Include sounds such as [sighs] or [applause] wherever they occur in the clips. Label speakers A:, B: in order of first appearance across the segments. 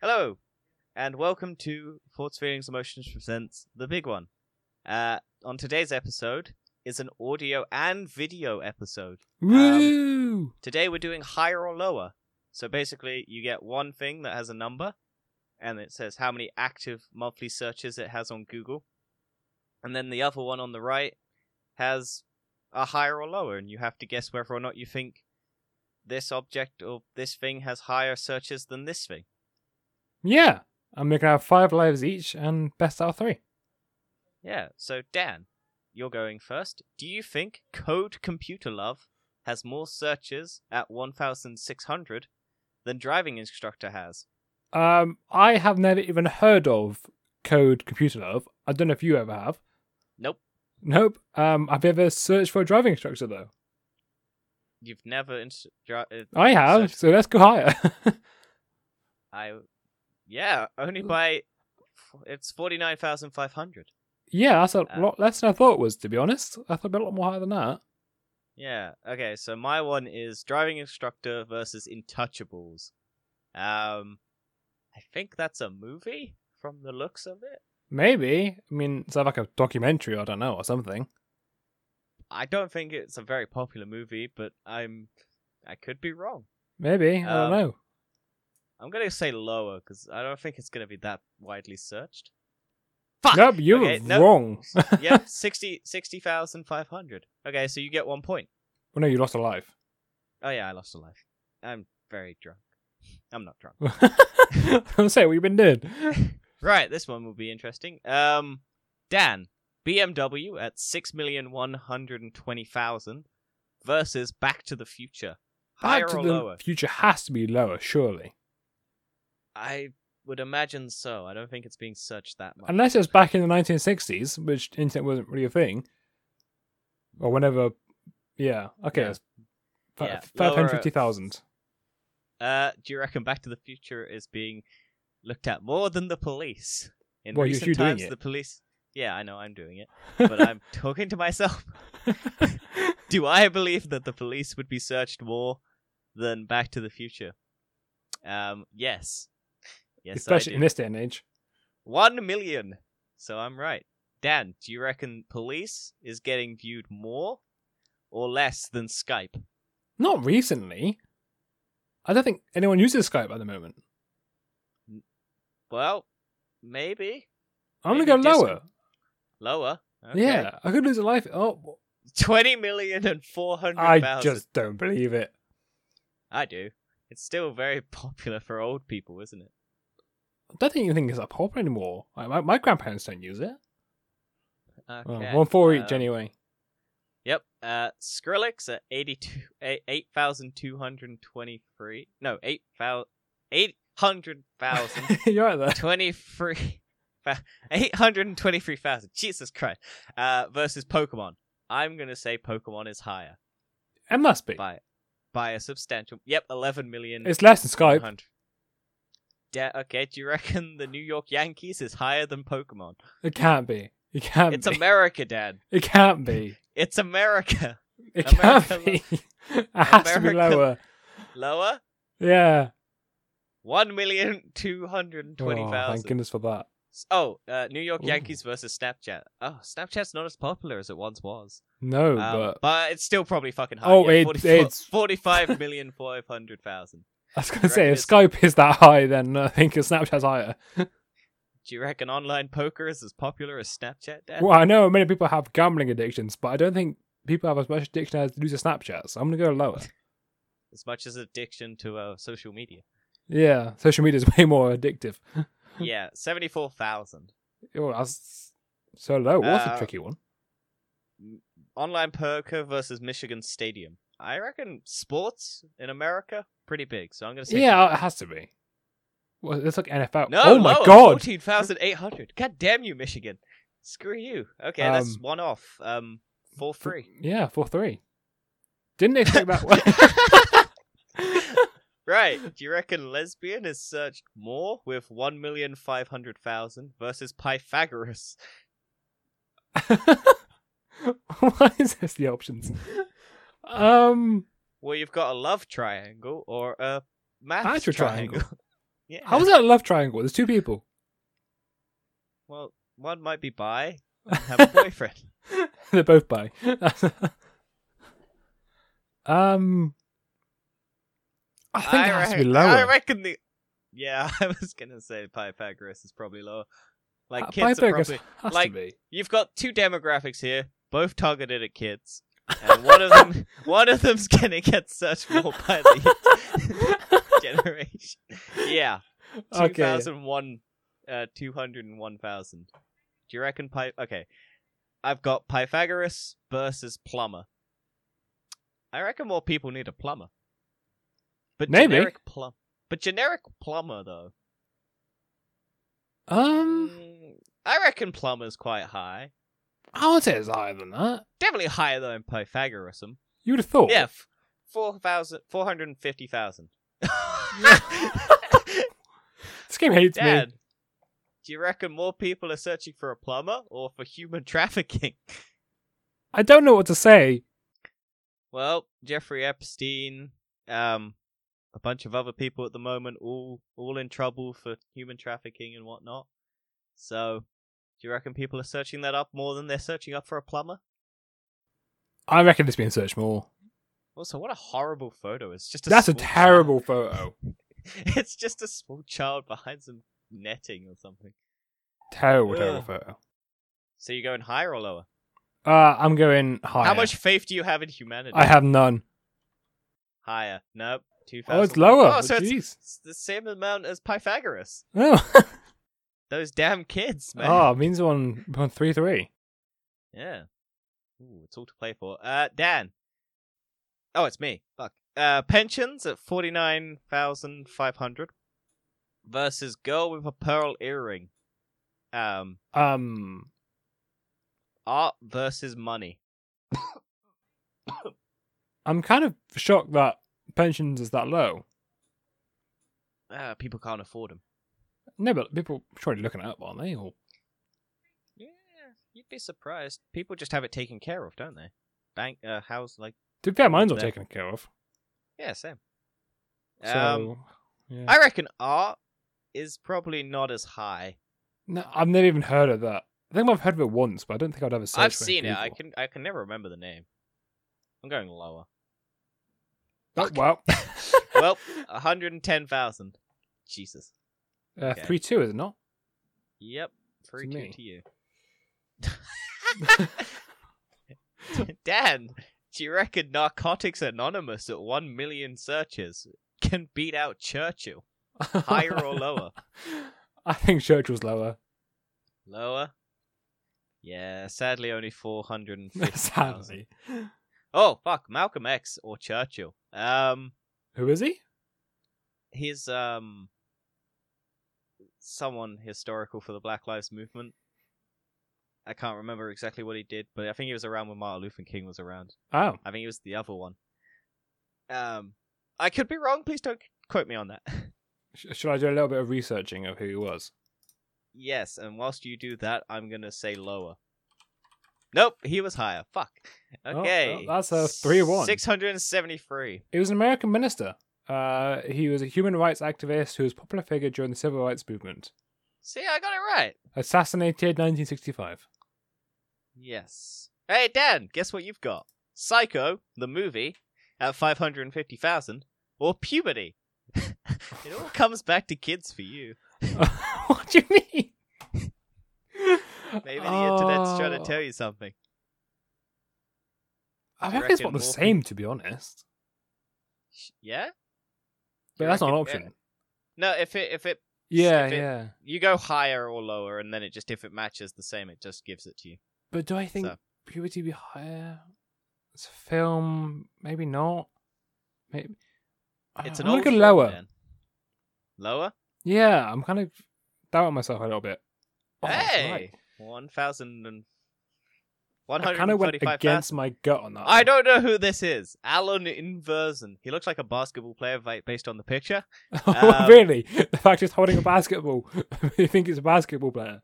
A: Hello, and welcome to Thoughts, Feelings, Emotions presents the big one. Uh, on today's episode is an audio and video episode.
B: Woo!
A: Today we're doing higher or lower. So basically, you get one thing that has a number, and it says how many active monthly searches it has on Google, and then the other one on the right has a higher or lower, and you have to guess whether or not you think this object or this thing has higher searches than this thing.
B: yeah, and we're gonna have five lives each and best out of three.
A: Yeah, so Dan, you're going first. Do you think Code Computer Love has more searches at 1,600 than Driving Instructor has?
B: Um, I have never even heard of Code Computer Love. I don't know if you ever have.
A: Nope.
B: Nope. Um, I've ever searched for a driving instructor though.
A: You've never. Ins- dri- uh,
B: I have,
A: searched-
B: so let's go higher. [laughs]
A: I. Yeah, only by. It's 49,500.
B: yeah, that's a
A: Uh,
B: lot less than I thought it was. To be honest, I thought it'd be a lot more higher than that.
A: Yeah, okay, so my one is Driving Instructor versus Intouchables. Um. I think that's a movie from the looks of it.
B: Maybe. I mean, it's like a documentary. I don't know or something.
A: I don't think it's a very popular movie, but I'm I could be wrong.
B: Maybe I
A: Um,
B: don't know.
A: I'm gonna say lower because I don't think it's gonna be that widely
B: [laughs]
A: searched.
B: Nope, you
A: Okay,
B: were
A: nope.
B: wrong.
A: yep, 60 60,500. okay, so you get one point.
B: Well, no, you lost a life. [laughs]
A: Oh yeah, I lost a life. I'm very drunk. I'm not drunk.
B: I'm saying what you've been doing.
A: [laughs] Right, this one will be interesting. Um, Dan, BMW at six million one hundred and twenty thousand versus Back to the Future. Higher
B: Back to
A: or
B: the
A: lower?
B: future has to be lower, surely.
A: I would imagine so. I don't think it's being searched that much.
B: Unless it was back in the 1960s, which internet wasn't really a thing. Or whenever. Yeah. Okay.
A: Yeah.
B: that's fi-
A: Yeah,
B: 550,000.
A: Uh, do you reckon Back to the Future is being looked at more than the police? In
B: Well, you-
A: recent
B: you're doing
A: times,
B: it.
A: the
B: [laughs]
A: police. Yeah, I know I'm doing it, but I'm talking to myself. [laughs]
B: [laughs]
A: Do I believe that the police would be searched more than Back to the Future? Um, yes, yes,
B: Especially
A: I
B: in
A: do.
B: this day and age.
A: One million. So I'm right. Dan, do you reckon police is getting viewed more or less than Skype?
B: Not recently. I don't think anyone uses Skype at the moment.
A: Well, maybe
B: I'm going to go
A: Maybe Disney.
B: lower.
A: lower. Okay.
B: Yeah. I could lose a life. Oh,
A: Twenty million and four hundred
B: I
A: thousand.
B: just don't believe it.
A: I do. It's still very [laughs] popular for old people, isn't it?
B: I don't think anything is that popular anymore. Like, my, my grandparents don't use it.
A: Okay.
B: Well, one for each,
A: uh,
B: anyway.
A: Yep. Uh, Skrillex at 82, eh, 8,223. No, 8,000.
B: [laughs]
A: 800,000.
B: [laughs] You're right
A: [laughs]
B: there.
A: 23. 823,000. Jesus Christ. Uh, versus Pokemon. I'm going to say Pokemon is higher
B: It must be.
A: by by a substantial. Yep, 11 million.
B: It's less than Skype.
A: 100. Da- okay, do you reckon the New York Yankees is higher than Pokemon?
B: It can't be. It can't
A: It's
B: be.
A: America, Dad.
B: it can't be.
A: It's America. [laughs]
B: It
A: America
B: can't be. [laughs] it has to be
A: America-
B: lower.
A: Lower?
B: Yeah.
A: One million two hundred twenty
B: Oh, thank
A: thousand.
B: goodness for that.
A: Oh, uh, New York
B: Ooh.
A: Yankees versus Snapchat. Oh, Snapchat's not as popular as it once was.
B: No,
A: Um, but...
B: but
A: it's still probably fucking high.
B: Oh,
A: yeah,
B: it-
A: 44 [laughs]
B: it's-
A: 45,500,000.
B: I was going
A: you
B: to say,
A: reckon
B: if Skype is that high, then I think Snapchat's higher.
A: Do you reckon online poker is as popular as Snapchat, Dad?
B: Well, I know many people have gambling addictions, but I don't think people have as much addiction as lose to Snapchat, so I'm going to go lower.
A: As much as addiction to uh, social media.
B: Yeah, social media is [laughs] way more addictive.
A: yeah, 74,000.
B: Oh, that's so low. What's
A: Uh,
B: a tricky one?
A: Online poker versus Michigan Stadium. I reckon sports in America, pretty big. So I'm going to say.
B: Yeah, it
A: Michigan.
B: has to be. Well, it's like NFL.
A: No,
B: oh my
A: lower,
B: god!
A: 14,800. God damn you, Michigan. Screw you. Okay, that's
B: Um,
A: one off. Um, for free.
B: Yeah, four three. Didn't expect
A: [laughs]
B: that one.
A: right. Do you reckon lesbian is searched more with 1,500,000 versus Pythagoras?
B: [laughs] Why is this the options? Um,
A: Well, you've got a love triangle or a math
B: Actual
A: triangle.
B: triangle.
A: Yeah.
B: How is that a love triangle? There's two people.
A: Well, one might be bi and have
B: [laughs]
A: a boyfriend.
B: They're both bi. [laughs] um, I think it has to be
A: reckon-
B: lower.
A: I reckon the. Yeah, [laughs] I was gonna say Pythagoras is probably lower. Like
B: Uh,
A: kids are
B: Pythagoras
A: probably.
B: has
A: like-
B: to be.
A: You've got two demographics here, both targeted at kids, and one of them, [laughs] one of them's gonna get searched for by the [laughs] generation. Yeah, two
B: [laughs]
A: [laughs]
B: okay.
A: thousand one, uh, two hundred and one thousand. Do you reckon Py? Okay, I've got Pythagoras versus plumber. I reckon more people need a plumber, but
B: Maybe.
A: generic plum, but generic plumber though.
B: Um,
A: Mm, I reckon plumber's quite high.
B: I would say it's higher than that.
A: Definitely higher than Pythagorism.
B: You would have thought.
A: Yeah, f- 4,000 450,000. [laughs]
B: This game hates
A: Dad,
B: me.
A: do you reckon more people are searching for a plumber or for human [laughs] trafficking?
B: I don't know what to say.
A: Well, Jeffrey Epstein, um, a bunch of other people at the moment, all all in trouble for human trafficking and whatnot. So, do you reckon people are searching that up more than they're searching up for a plumber?
B: I reckon it's being searched more.
A: Also, what a horrible photo! It's just a
B: That's a
A: small child.
B: terrible photo.
A: [laughs] it's just a small child behind some netting or something.
B: Terrible, terrible
A: Ugh.
B: photo.
A: So you're going higher or lower?
B: Uh, I'm going higher.
A: How much faith do you have in humanity?
B: I have none.
A: higher. Nope. Two thousand.
B: Oh, it's lower.
A: Oh, so it's,
B: Jeez. [laughs]
A: it's the same amount as Pythagoras.
B: Oh,
A: Those damn kids, man.
B: oh, it means one one three three.
A: Yeah. Ooh, it's all to play for. Uh, Dan. Oh, it's me. Fuck. Uh, pensions at forty nine thousand five hundred versus girl with a pearl earring. Um,
B: Um,
A: art versus money.
B: I'm kind of shocked that pensions is that low.
A: Uh, people can't afford them.
B: No, but people surely looking it up, aren't they? Or
A: Yeah, you'd be surprised. People just have it taken care of, don't they? Bank, uh, house, like
B: to be fair, mine's not
A: There.
B: taken care of.
A: yeah, same.
B: So
A: um,
B: yeah.
A: I reckon art is probably not as high.
B: no, I've never even heard of that. I think I've heard of it once, but I don't think I'd ever. search
A: I've
B: for
A: seen it. I
B: Google.
A: can, I can never remember the name. I'm going lower.
B: Oh, well,
A: [laughs]
B: [laughs]
A: well, one hundred and ten thousand. Jesus.
B: uh,
A: okay.
B: three two is it not? [laughs]
A: Yep. Free two
B: me.
A: to you.
B: [laughs]
A: [laughs] Dan, do you reckon Narcotics Anonymous at one million searches can beat out
B: [laughs]
A: Churchill? Higher or lower?
B: I think Churchill's lower.
A: Lower. Yeah, sadly only four hundred and [laughs] fifty.
B: [laughs] Sadly,
A: oh fuck, Malcolm X or Churchill. Um,
B: who is he?
A: he's um someone historical for the Black Lives Movement. I can't remember exactly what he did, but I think he was around when Martin Luther King was around.
B: Oh,
A: I think he was the other one. Um, I could be wrong. Please don't quote me on that. [laughs]
B: Sh- should I do a little bit of researching of who he was?
A: yes, and whilst you do that, I'm gonna say lower. Nope, he was higher. Fuck.
B: oh,
A: Okay,
B: that's a 3-1.
A: Six hundred and seventy-three.
B: He was an American minister. Uh, he was a human rights activist who was a popular figure during the civil rights movement.
A: See, I got it right.
B: Assassinated 1965.
A: Yes. Hey Dan, guess what you've got? Psycho, the movie, at five hundred and fifty thousand, or puberty. [laughs] it
B: [laughs]
A: all comes back to kids for you.
B: [laughs] what do you mean?
A: Maybe the internet's trying
B: Oh.
A: to tell you something.
B: I
A: you
B: reckon it's
A: reckon
B: not the
A: more
B: same, to be honest.
A: Sh- Yeah?
B: But
A: You
B: that's not an
A: reckon-
B: option.
A: No, if it if it
B: Yeah,
A: if it-
B: yeah.
A: you go higher or lower, and then it just if it matches the same, it just gives it to you.
B: But do I think
A: So.
B: puberty be higher? It's a film. Maybe not. Maybe. I
A: It's
B: don't
A: an
B: know. I'm
A: old
B: gonna
A: film,
B: go lower.
A: Dan. Lower?
B: Yeah, I'm kind of doubting myself a little bit. Oh, that's
A: hey,
B: right.
A: one thousand and one
B: I
A: hundred
B: kind of
A: and
B: went
A: forty-five thousand.
B: against my gut on that.
A: I
B: [laughs]
A: don't know who this is. Alan Inverson. He looks like a basketball player va- based on the picture.
B: one.
A: Um,
B: really, the fact he's holding a basketball, [laughs] you think it's a basketball player?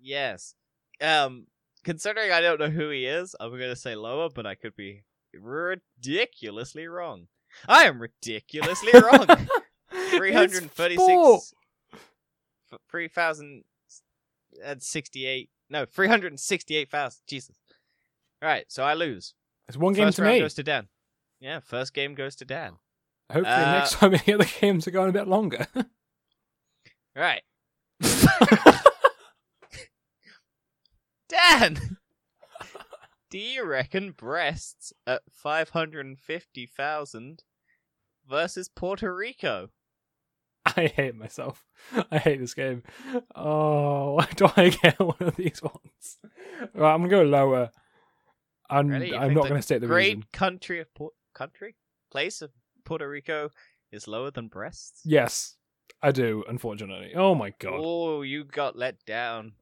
A: Yes. Um, considering I don't know who he is, I'm going to say lower, but I could
B: [laughs]
A: be ridiculously wrong. I am ridiculously wrong.
B: It's sport.
A: 336 f- 3068 no 368,000 Jesus. All right, so I lose.
B: It's one game
A: first
B: to
A: round
B: me.
A: goes to Dan. Yeah, first game goes to Dan.
B: Hopefully,
A: Uh,
B: next [laughs] time the other games are going a bit longer. [laughs]
A: All right. Dan, [laughs] do you reckon breasts at 550,000 versus Puerto Rico?
B: [laughs] I hate myself. I hate this game. Oh, [laughs] why do I get one of these ones? Right, I'm gonna go lower. I'm
A: Really? You
B: I'm
A: think
B: not
A: the
B: gonna state the
A: Great
B: reason.
A: country of Pu- country place of Puerto Rico is lower than breasts.
B: Yes, I do. Unfortunately. Oh my god.
A: Oh, you got let down.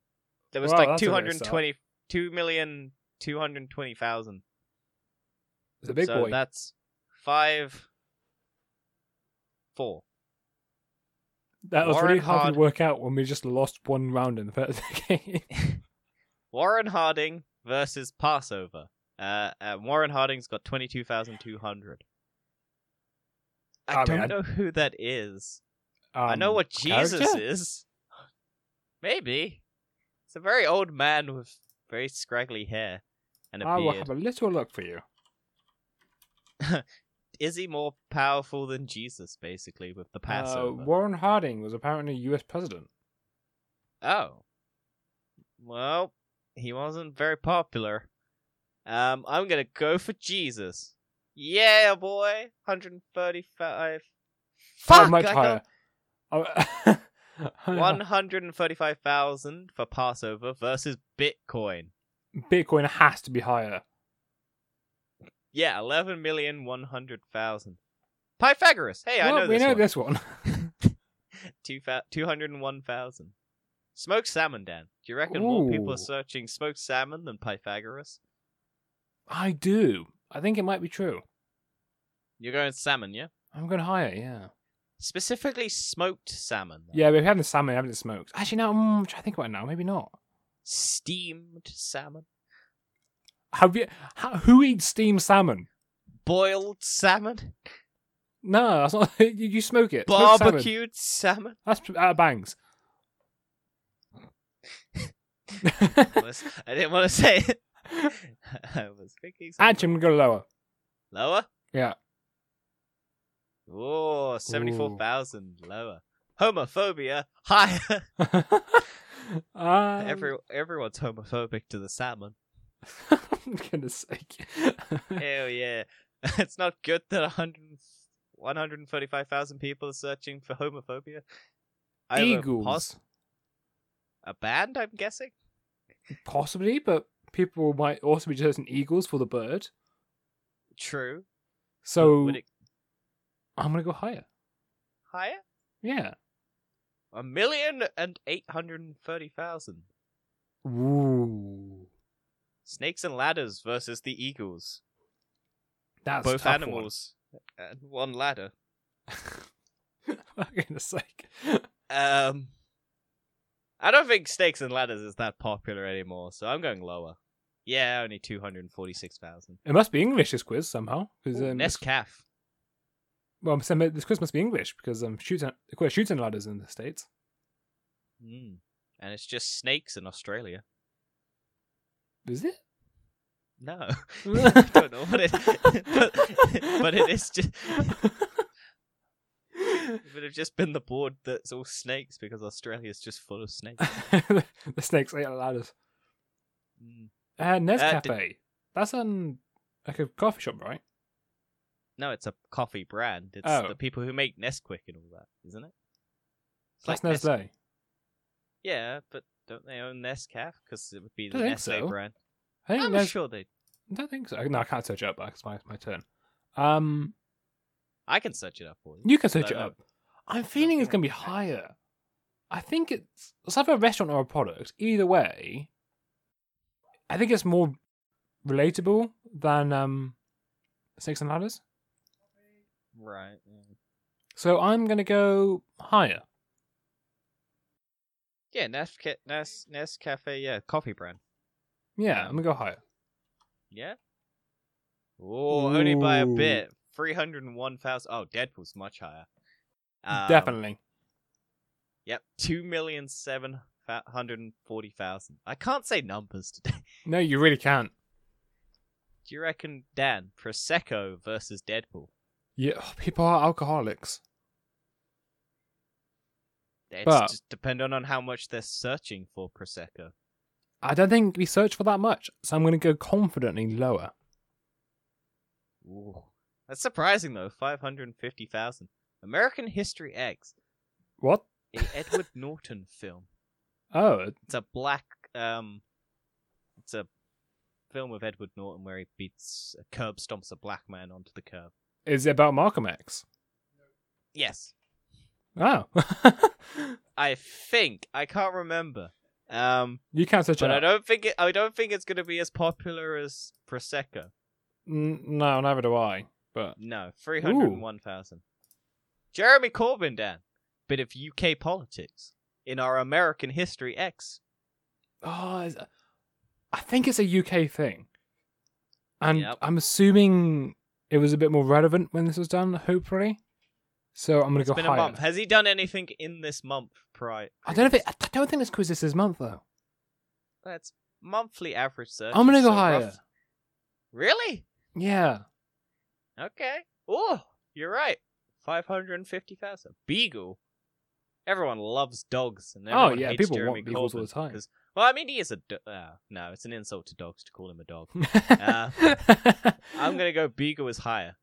A: There was
B: Wow,
A: like
B: that's a nice
A: 220 2,220,000.
B: It's a big
A: so
B: boy.
A: that's five, four.
B: that was really
A: Warren
B: hard
A: Hard-
B: to work out when we just lost one round in [laughs] the first game.
A: Warren Harding versus Passover. Uh, uh, Warren Harding's got 22,200. I,
B: I mean,
A: don't
B: I-
A: know who that is. I
B: Um,
A: know what Jesus
B: character?
A: is. Maybe. It's a very old man with very scraggly hair and a
B: I will
A: beard.
B: have a little look for you. Uh,
A: Is he more powerful than Jesus, basically, with the
B: Uh,
A: Passover?
B: Warren Harding was apparently U.S. president.
A: Oh. Well, he wasn't very popular. Um, I'm gonna go for Jesus. Yeah, boy. 135.
B: Oh,
A: Fuck!
B: much
A: I
B: higher.
A: got
B: Oh, [laughs]
A: 135,000 for Passover versus Bitcoin.
B: Bitcoin has to be higher.
A: Yeah, 11,100,000. Pythagoras. Hey, I
B: Well,
A: know
B: we
A: this
B: know
A: one.
B: this one.
A: Two fa- 201,000. Smoked salmon, Dan. Do you reckon more people
B: Ooh.
A: are searching smoked salmon than Pythagoras?
B: I do. I think it might be true.
A: You're going salmon, yeah?
B: I'm going higher, yeah.
A: Specifically smoked salmon. though.
B: Yeah, but if you haven't salmon, you haven't smoked. Actually, no, mm, I'm trying to think about it now. Maybe not.
A: Steamed salmon.
B: Have you? How, who eats steamed salmon?
A: Boiled salmon.
B: No, that's not. [laughs] You, you smoke it. Smoked salmon.
A: Barbecued
B: [laughs]
A: salmon.
B: That's out of bangs. [laughs]
A: Was- I didn't want to say it. [laughs] I was thinking something.
B: Actually, I'm gonna go lower.
A: Lower?
B: Yeah.
A: Oh, 74,000 lower. Homophobia [laughs] higher.
B: [laughs] um, [laughs]
A: Every, everyone's homophobic to the salmon.
B: I'm gonna sake.
A: Hell yeah. [laughs] it's not good that 100, 135,000 people are searching for homophobia. I have a
B: Eagles,
A: pos- a band, I'm guessing?
B: possibly, but people might also be chosen eagles for the bird.
A: True.
B: So
A: Would it
B: I'm gonna go higher.
A: higher?
B: Yeah.
A: A million and eight hundred and thirty thousand.
B: Ooh,
A: Snakes and ladders versus the eagles.
B: that's a
A: Both
B: tough one.
A: animals and one ladder.
B: [laughs] For goodness sake.
A: Um, I don't think snakes and ladders is that popular anymore, so I'm going lower. Yeah, only two hundred forty-six thousand.
B: It must be English this quiz somehow. Because um,
A: Nescaf.
B: well, I'm saying that this quiz must be English because um, shooting of course shooting ladders in the states.
A: Mm. And it's just snakes in Australia.
B: Is it? [laughs]
A: No, [laughs] I [laughs] don't know what it, [laughs] but, but [laughs] it is just. It would have just been the board that's all snakes because Australia's just full of snakes.
B: [laughs] the snakes ate our ladders.
A: Mm.
B: Uh,
A: Uh,
B: Nescafe.
A: did-
B: That's um like a coffee shop, right?
A: No, it's a coffee brand. It's
B: Oh.
A: the people who make Nesquik and all that, isn't it? It's
B: That's
A: Nes-
B: Nestle.
A: Yeah, but don't they own Nescaf? Because it would be the
B: Don't think
A: Nestle
B: so.
A: brand.
B: I think
A: I'm
B: Nes-
A: sure they.
B: I don't think so. No, I can't search it up. but It's my my turn. Um,
A: I can search it up for you.
B: you can search
A: Don't
B: it
A: know.
B: up. I'm feeling it's
A: think
B: gonna be
A: I can.
B: higher. I think it's it's either a restaurant or a product. Either way, I think it's more relatable than um, Snakes and Ladders.
A: Right. yeah.
B: So I'm gonna go higher.
A: Yeah, Nesca- Nes Nescafe. Yeah, coffee brand.
B: Yeah, I'm gonna go higher.
A: Yeah. Oh, only by a
B: Ooh.
A: bit. Three hundred and one thousand. Oh, Deadpool's much higher. Um,
B: Definitely.
A: Yep, two million seven hundred and forty thousand. I can't say numbers today.
B: No, you really can't.
A: Do you reckon, Dan, Prosecco versus Deadpool?
B: Yeah, oh, people are alcoholics.
A: It's
B: But-
A: just dependent on how much they're searching for Prosecco.
B: I don't think we search for that much, so I'm going to go confidently lower.
A: Ooh. That's surprising though. Five hundred and fifty thousand. American History X,
B: What? [laughs]
A: a Edward Norton film.
B: Oh,
A: It's a black um, it's a film of Edward Norton where he beats a curb stomps a black man onto the curb.
B: is it about Malcolm X?
A: Yes,
B: Oh. [laughs]
A: I think I can't remember. Um,
B: you can't search
A: but I
B: it. up.
A: don't think it, I don't think it's gonna be as popular as Prosecco.
B: N- no, neither do I. But
A: No, three hundred and one thousand. Jeremy Corbyn, Dan, bit of UK politics in our American History X.
B: oh, is- I think it's a UK thing, and
A: Yep.
B: I'm assuming it was a bit more relevant when this was done. Hopefully, so I'm going
A: It's
B: to go
A: been
B: higher.
A: a month. Has he done anything in this month? Pri-
B: I don't know if it, I don't think this quiz is this month though.
A: That's monthly average search.
B: I'm going to
A: is
B: go
A: so
B: higher.
A: rough- Really?
B: Yeah.
A: Okay. Oh, you're right. Five hundred and fifty thousand. Beagle. Everyone loves dogs, and
B: Oh,
A: everyone
B: yeah,
A: hates
B: people
A: Jeremy
B: want beagles all the
A: Corbyn
B: time.
A: 'cause- well, I mean, he is a do- uh, no. It's an insult to dogs to call him a dog.
B: [laughs]
A: Uh, I'm gonna go Beagle is higher.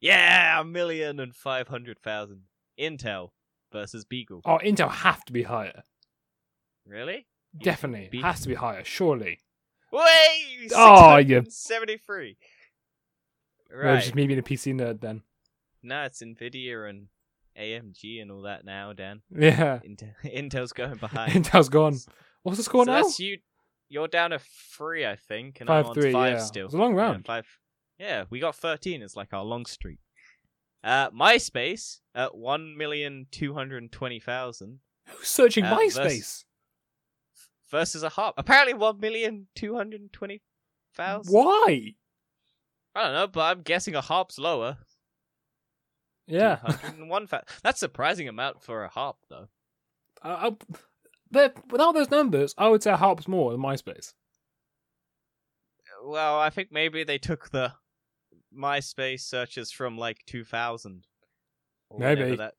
A: Yeah, a million and five hundred thousand. Intel versus Beagle.
B: Oh, Intel have to be higher.
A: Really? You
B: Definitely,
A: think Be-
B: has to be higher. Surely.
A: Way
B: Oh, you-
A: seventy three.
B: Right.
A: Right.
B: just me being a PC nerd then. [laughs]
A: No, it's Nvidia and AMG and all that now, Dan.
B: Yeah.
A: Intel, [laughs] Intel's going behind.
B: Intel's gone. What's the score
A: so
B: now?
A: that's you. You're down to three, I think, and I'm on
B: 5-3,
A: five
B: yeah.
A: still.
B: It's a long
A: Yeah,
B: round.
A: five. Yeah, we got thirteen. It's like our long streak. Uh, MySpace at one million two hundred twenty thousand
B: Who's searching
A: Uh, vers-
B: MySpace?
A: versus a harp. Apparently one million two hundred twenty thousand.
B: Why?
A: I don't know, but I'm guessing a harp's lower. [laughs]
B: Yeah.
A: one fa- That's surprising amount for a harp, though.
B: I, I, but without those numbers, I would say Harp's more than MySpace.
A: Well, I think maybe they took the MySpace searches from like 2000. or whenever
B: Maybe.
A: That...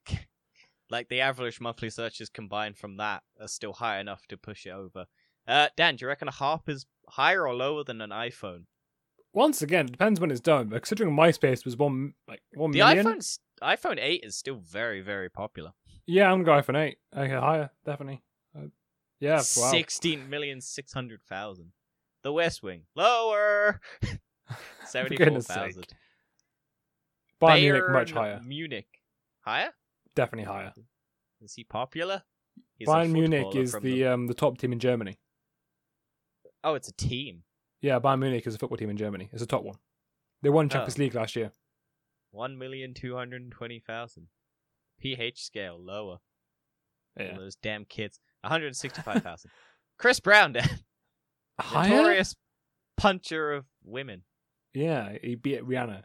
A: like the average monthly searches combined from that are still high enough to push it over. Uh, Dan, do you reckon a harp is higher or lower than an iPhone?
B: Once again, it depends when it's done. But considering MySpace was one like one
A: The
B: million.
A: iPhone's iPhone 8 is still very, very popular.
B: Yeah, I'm going for an eight. Okay, higher definitely. Uh, yeah, wow.
A: Sixteen million six hundred thousand. The West Wing lower
B: [laughs] For
A: seventy four
B: goodness sake.
A: thousand.
B: Bayern Munich much higher,
A: Munich higher.
B: definitely higher.
A: Is he popular? He's a
B: Bayern Munich
A: footballer
B: is the, uh,
A: from the.
B: um the top team in Germany.
A: Oh, it's a team.
B: Yeah, Bayern Munich is a football team in Germany. It's a top one. They won Champions
A: Oh.
B: League last year.
A: One million two hundred twenty thousand. pH scale lower.
B: Yeah.
A: All those damn kids. One hundred sixty five thousand. Chris Brown, [laughs] Dan,
B: Higher?
A: notorious puncher of women.
B: Yeah, he beat Rihanna.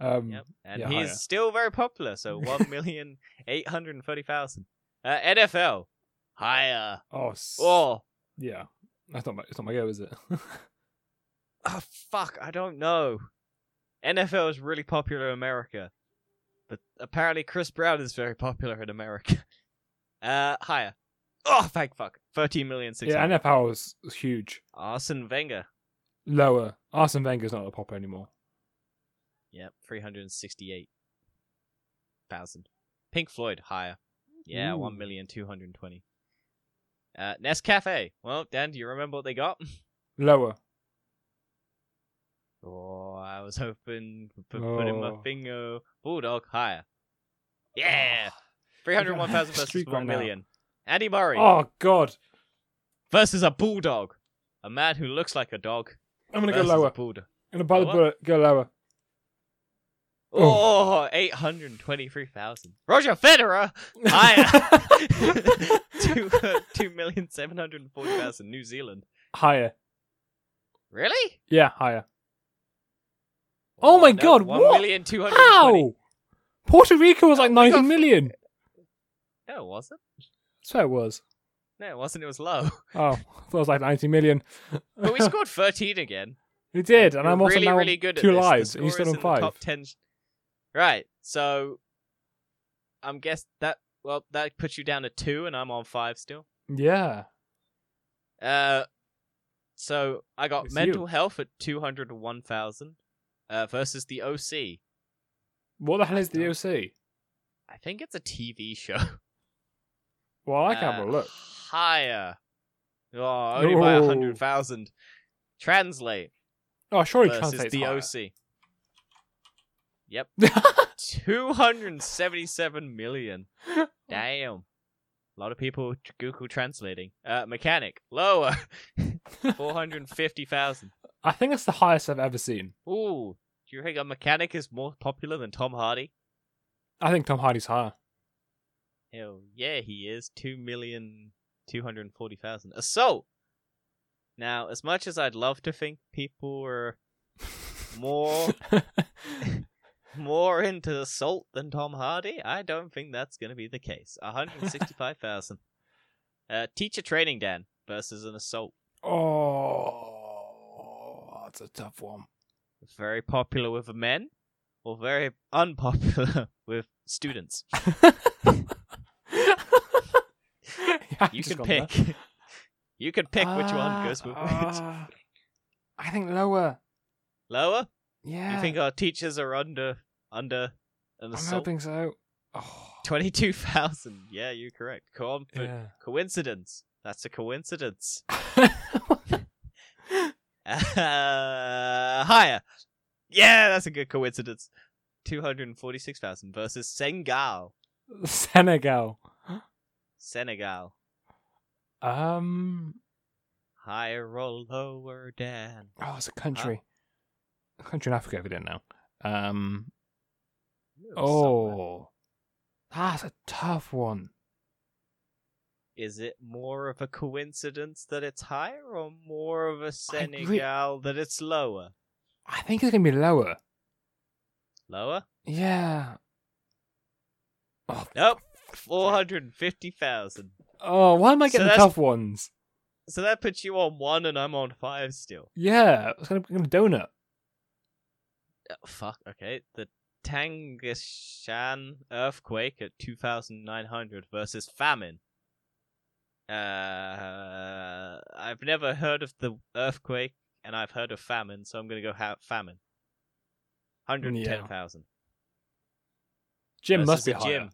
B: Um,
A: Yep. And
B: Yeah,
A: he
B: higher.
A: is still very popular, [laughs] so 1,830,000. Uh, NFL, higher.
B: Oh, s-
A: Oh,
B: yeah. That's not my, it's not my go, is it? [laughs]
A: oh, fuck, I don't know. NFL is really popular in America, but apparently Chris Brown is very popular in America. [laughs] Uh, higher. Oh, thank fuck. 13 million
B: yeah, NFL was was huge.
A: Arsene Wenger,
B: Lower. Arsene Wenger's not a popper anymore.
A: yep, 368,000. Pink Floyd, higher. Yeah,
B: Ooh.
A: 1,220,000. Uh, Nescafe. Well, Dan, do you remember what they got? [laughs]
B: Lower.
A: Oh, I was hoping p- putting my
B: Oh.
A: finger bulldog higher.
B: [laughs]
A: Yeah, three hundred one thousand versus
B: Streak right
A: one
B: now.
A: million. Andy Murray
B: Oh, God.
A: versus a bulldog, a man who looks like a dog.
B: I'm going to go
A: versus a
B: lower.
A: bulldog.
B: I'm going to buy the
A: Lower?
B: bullet. Go lower.
A: Oh, 823,000. Roger Federer, higher.
B: [laughs]
A: Two uh, two million seven hundred and forty thousand New Zealand.
B: Higher.
A: Really?
B: Yeah, higher. Oh my God, what?
A: One million two hundred twenty.
B: How? Puerto Rico was like
A: Oh my
B: 19
A: God.
B: million.
A: No, it wasn't.
B: So it was.
A: No, it wasn't. It was low. [laughs]
B: Oh, [laughs] I thought it was like 90 million.
A: But
B: [laughs]
A: we scored 13 again.
B: We did, and
A: We're
B: I'm also
A: really,
B: now
A: really good at
B: two
A: this. The
B: lives, and
A: score
B: you still
A: is
B: on
A: in the
B: five.
A: top 10. Right. So I'm guess that well that puts you down to 2 and I'm on 5 still.
B: Yeah,
A: Uh so I got
B: It's
A: mental
B: you.
A: health at 201,000 uh versus the OC.
B: what the hell is the OC?
A: I think it's a TV show.
B: Well, I can
A: Uh,
B: have a look.
A: Higher. Oh, only by
B: No.
A: 100,000. Translate
B: Oh, surely
A: versus
B: translates
A: the
B: higher.
A: OC. Yep. 277
B: [laughs]
A: million. Damn. A lot of people t- Google translating. Uh, mechanic, lower. [laughs] 450,000.
B: [laughs] I think it's the highest I've ever seen.
A: Ooh. Do you think a mechanic is more popular than Tom Hardy?
B: I think Tom Hardy's higher.
A: Hell yeah, he is. 2,240,000. Assault! Uh, Now, as much as I'd love to think people were more more into assault than Tom Hardy, I don't think that's going to be the case. 165,000. uh, teacher training, Dan, versus an assault.
B: oh, that's a tough one. [laughs]
A: Very popular with the men, or very unpopular [laughs] with students. You can pick. [laughs] you can pick which
B: Ah,
A: one goes with which.
B: [laughs] I think lower.
A: Lower?
B: Yeah.
A: You think our teachers are under under an
B: Uh, I'm
A: assault? [laughs]
B: hoping so. Oh,
A: 22,000. Yeah, you're correct. Co-
B: yeah. [laughs]
A: Coincidence. That's a coincidence. [laughs] Uh, higher. Yeah, that's a good coincidence. 246,000 versus Senegal.
B: Senegal.
A: Senegal.
B: Um.
A: Higher or lower, Dan?
B: Oh, it's a country.
A: Uh,
B: A country in Africa, if you didn't know. Um.
A: It was somewhere.
B: Oh, that's a tough one.
A: Is it more of a coincidence that it's higher or more of a
B: I agree.
A: Senegal that it's lower?
B: I think it's gonna be lower.
A: Lower?
B: Yeah. Oh,
A: Nope. 450,000.
B: oh why am I
A: So
B: getting the
A: that's-
B: tough ones?
A: So that puts you on one and I'm on five still.
B: Yeah, it's gonna be a donut.
A: Oh, fuck. Okay, the Tangishan earthquake at two thousand nine hundred versus famine. Uh, I've never heard of the earthquake, and I've heard of famine, so I'm gonna go ha- famine. Hundred ten thousand.
B: Jim must be
A: Versus a
B: higher.
A: gym.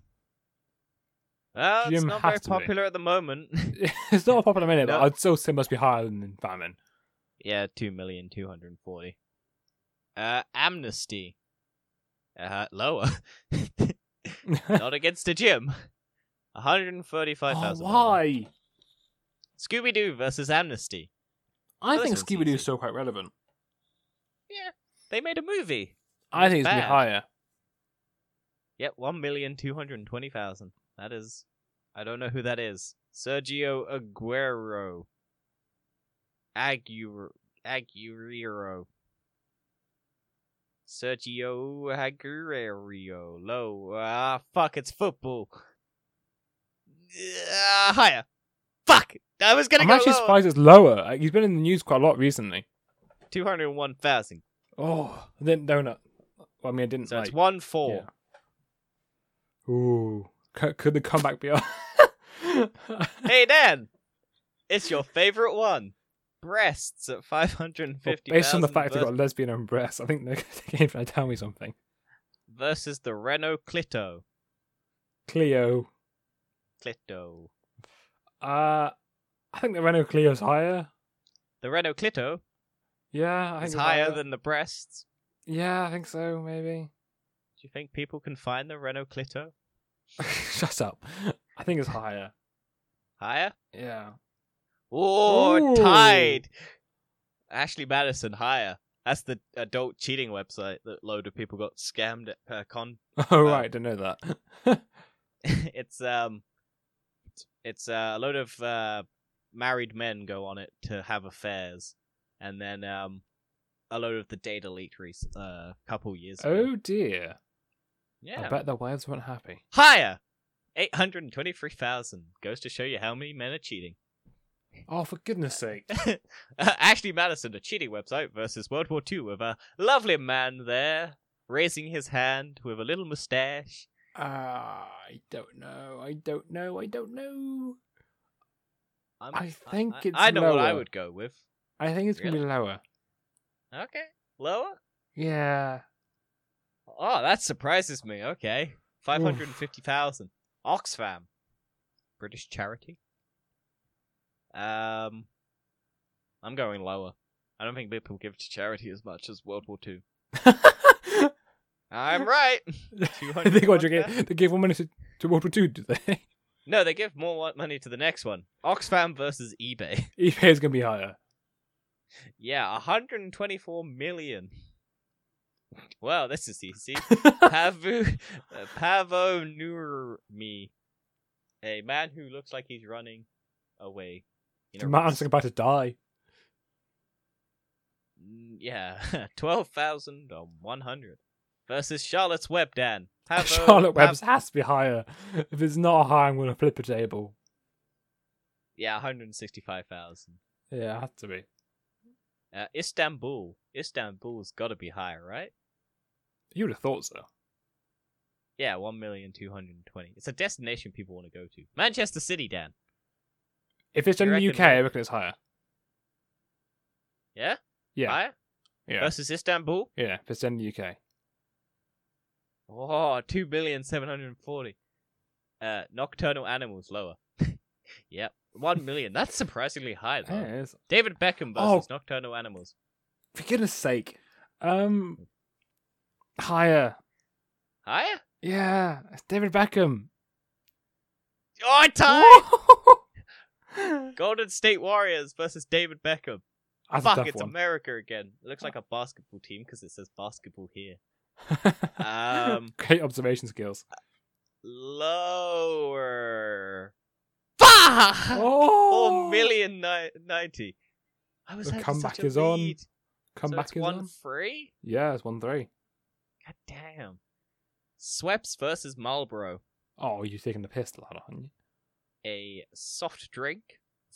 A: Well, it's
B: Jim
A: not very
B: has to be.
A: popular at the moment.
B: [laughs]
A: [laughs]
B: it's not a popular minute,
A: No.
B: but I'd still say must be higher than in [laughs] famine.
A: yeah, two million two hundred forty. Uh, amnesty. Uh, lower. [laughs] not against a gym.
B: oh,
A: 135,000.
B: why?
A: Scooby Doo versus Amnesty.
B: I
A: Well,
B: think
A: this one's
B: Scooby Doo
A: easy.
B: is still quite relevant.
A: They made a movie.
B: I think it's gonna be
A: bad.
B: higher.
A: Yep, 1,220,000. That is. I don't know who that is. Sergio Aguero. Aguero. Aguero. Sergio Aguero. Low. Ah, fuck, it's football. Ah, higher. Fuck! I was gonna
B: I'm
A: go
B: actually
A: lower.
B: surprised it's lower. Like, he's been in the news quite a lot recently.
A: 201,000.
B: Oh, then donut. Well, I mean, I didn't
A: So
B: like.
A: it's 1 4.
B: Yeah. Ooh, could, could the
A: [laughs]
B: comeback be on?
A: hey Dan, it's your favorite one. Breasts at five hundred and
B: [laughs] Well,
A: fifty.
B: based on the fact they've got lesbian and breasts, I think [laughs] they're going to tell me something.
A: versus the Renault Clito.
B: Clio,
A: Clito.
B: uh, I think the Renault Clio's higher.
A: The Renault Clito
B: Yeah, I think
A: is higher than the breasts.
B: Yeah, I think so. Maybe. [laughs]
A: Do you think people can find the Renault Clito
B: Shut up. I think it's higher.
A: higher?
B: Yeah. [laughs]
A: Oh,
B: Ooh.
A: tied. Ashley Madison higher. That's the adult cheating website that a load of people got scammed at uh, con.
B: Oh right, didn't know
A: [laughs]
B: that. [laughs]
A: it's um, it's uh, a load of uh, married men go on it to have affairs, and then um, a load of the data leaked rec- uh, couple years. ago.
B: oh dear.
A: yeah,
B: I bet the wives weren't happy.
A: higher. 823,000 goes to show you how many men are cheating. [laughs]
B: Oh, for goodness sake. [laughs]
A: uh, Ashley Madison, a cheating website, versus World War II with a lovely man there raising his hand with a little mustache.
B: Uh, I don't know. I don't know. I don't know.
A: I'm,
B: I think
A: I,
B: it's
A: I know what I
B: lower.
A: would go with.
B: I think it's going to be lower.
A: Okay, lower.
B: Yeah.
A: Oh, that surprises me. Okay, five hundred fifty thousand. Oxfam, British charity. Um, I'm going lower. I don't think people give to charity as much as World War Two. I'm right.
B: they, got to
A: 200
B: give, they gave one minute to, to World War Two, did they? [laughs]
A: No, they give more wa- money to the next one. Oxfam versus eBay. [laughs]
B: eBay E is going to be higher.
A: yeah, 124 million. Wow, this is easy. Pavu uh, Pavo Nurmi, a man who looks like he's running away. in a
B: Man's
A: race.
B: about to die.
A: Mm, Yeah, [laughs] twelve thousand on one hundred versus Charlotte's Web.
B: [laughs]
A: Dan Pavo,
B: Charlotte
A: Pav-
B: Webb's has to be higher. If it's not high, I'm going to flip a table.
A: yeah, one hundred sixty-five thousand.
B: Yeah, it has to be.
A: Uh, Istanbul, Istanbul's got to be higher, right?
B: You would have thought so.
A: Yeah, one million two hundred twenty. It's a destination people want to go to. Manchester City, Dan.
B: If it's
A: You
B: in the
A: reckon-
B: UK, I reckon it's higher.
A: Yeah.
B: Yeah.
A: Higher?
B: Yeah.
A: Versus Istanbul.
B: Yeah, if it's in the UK.
A: Oh, two billion seven hundred and forty. Uh, nocturnal animals lower. [laughs] yep, one million. That's surprisingly high though.
B: Yeah, it is.
A: David Beckham
B: Oh.
A: versus nocturnal animals.
B: For goodness sake. Um, higher.
A: Higher?
B: Yeah, it's David Beckham.
A: Oh, it's high!
B: [laughs] That's
A: Golden State Warriors versus David Beckham.
B: a
A: Fuck,
B: tough
A: it's
B: one.
A: America again. It looks like a basketball team because it says basketball here.
B: [laughs]
A: Um,
B: Great observation skills.
A: Lower. Bah! [laughs]
B: Oh,
A: Four million ni- ninety. I was
B: The
A: having such
B: comeback
A: a
B: is on.
A: lead.
B: Come
A: so
B: back
A: it's
B: is
A: one
B: on.
A: free.
B: Yeah, it's one three.
A: God damn. Sweps versus Marlboro.
B: Oh, you're taking the piss, lad, aren't you?
A: A soft drink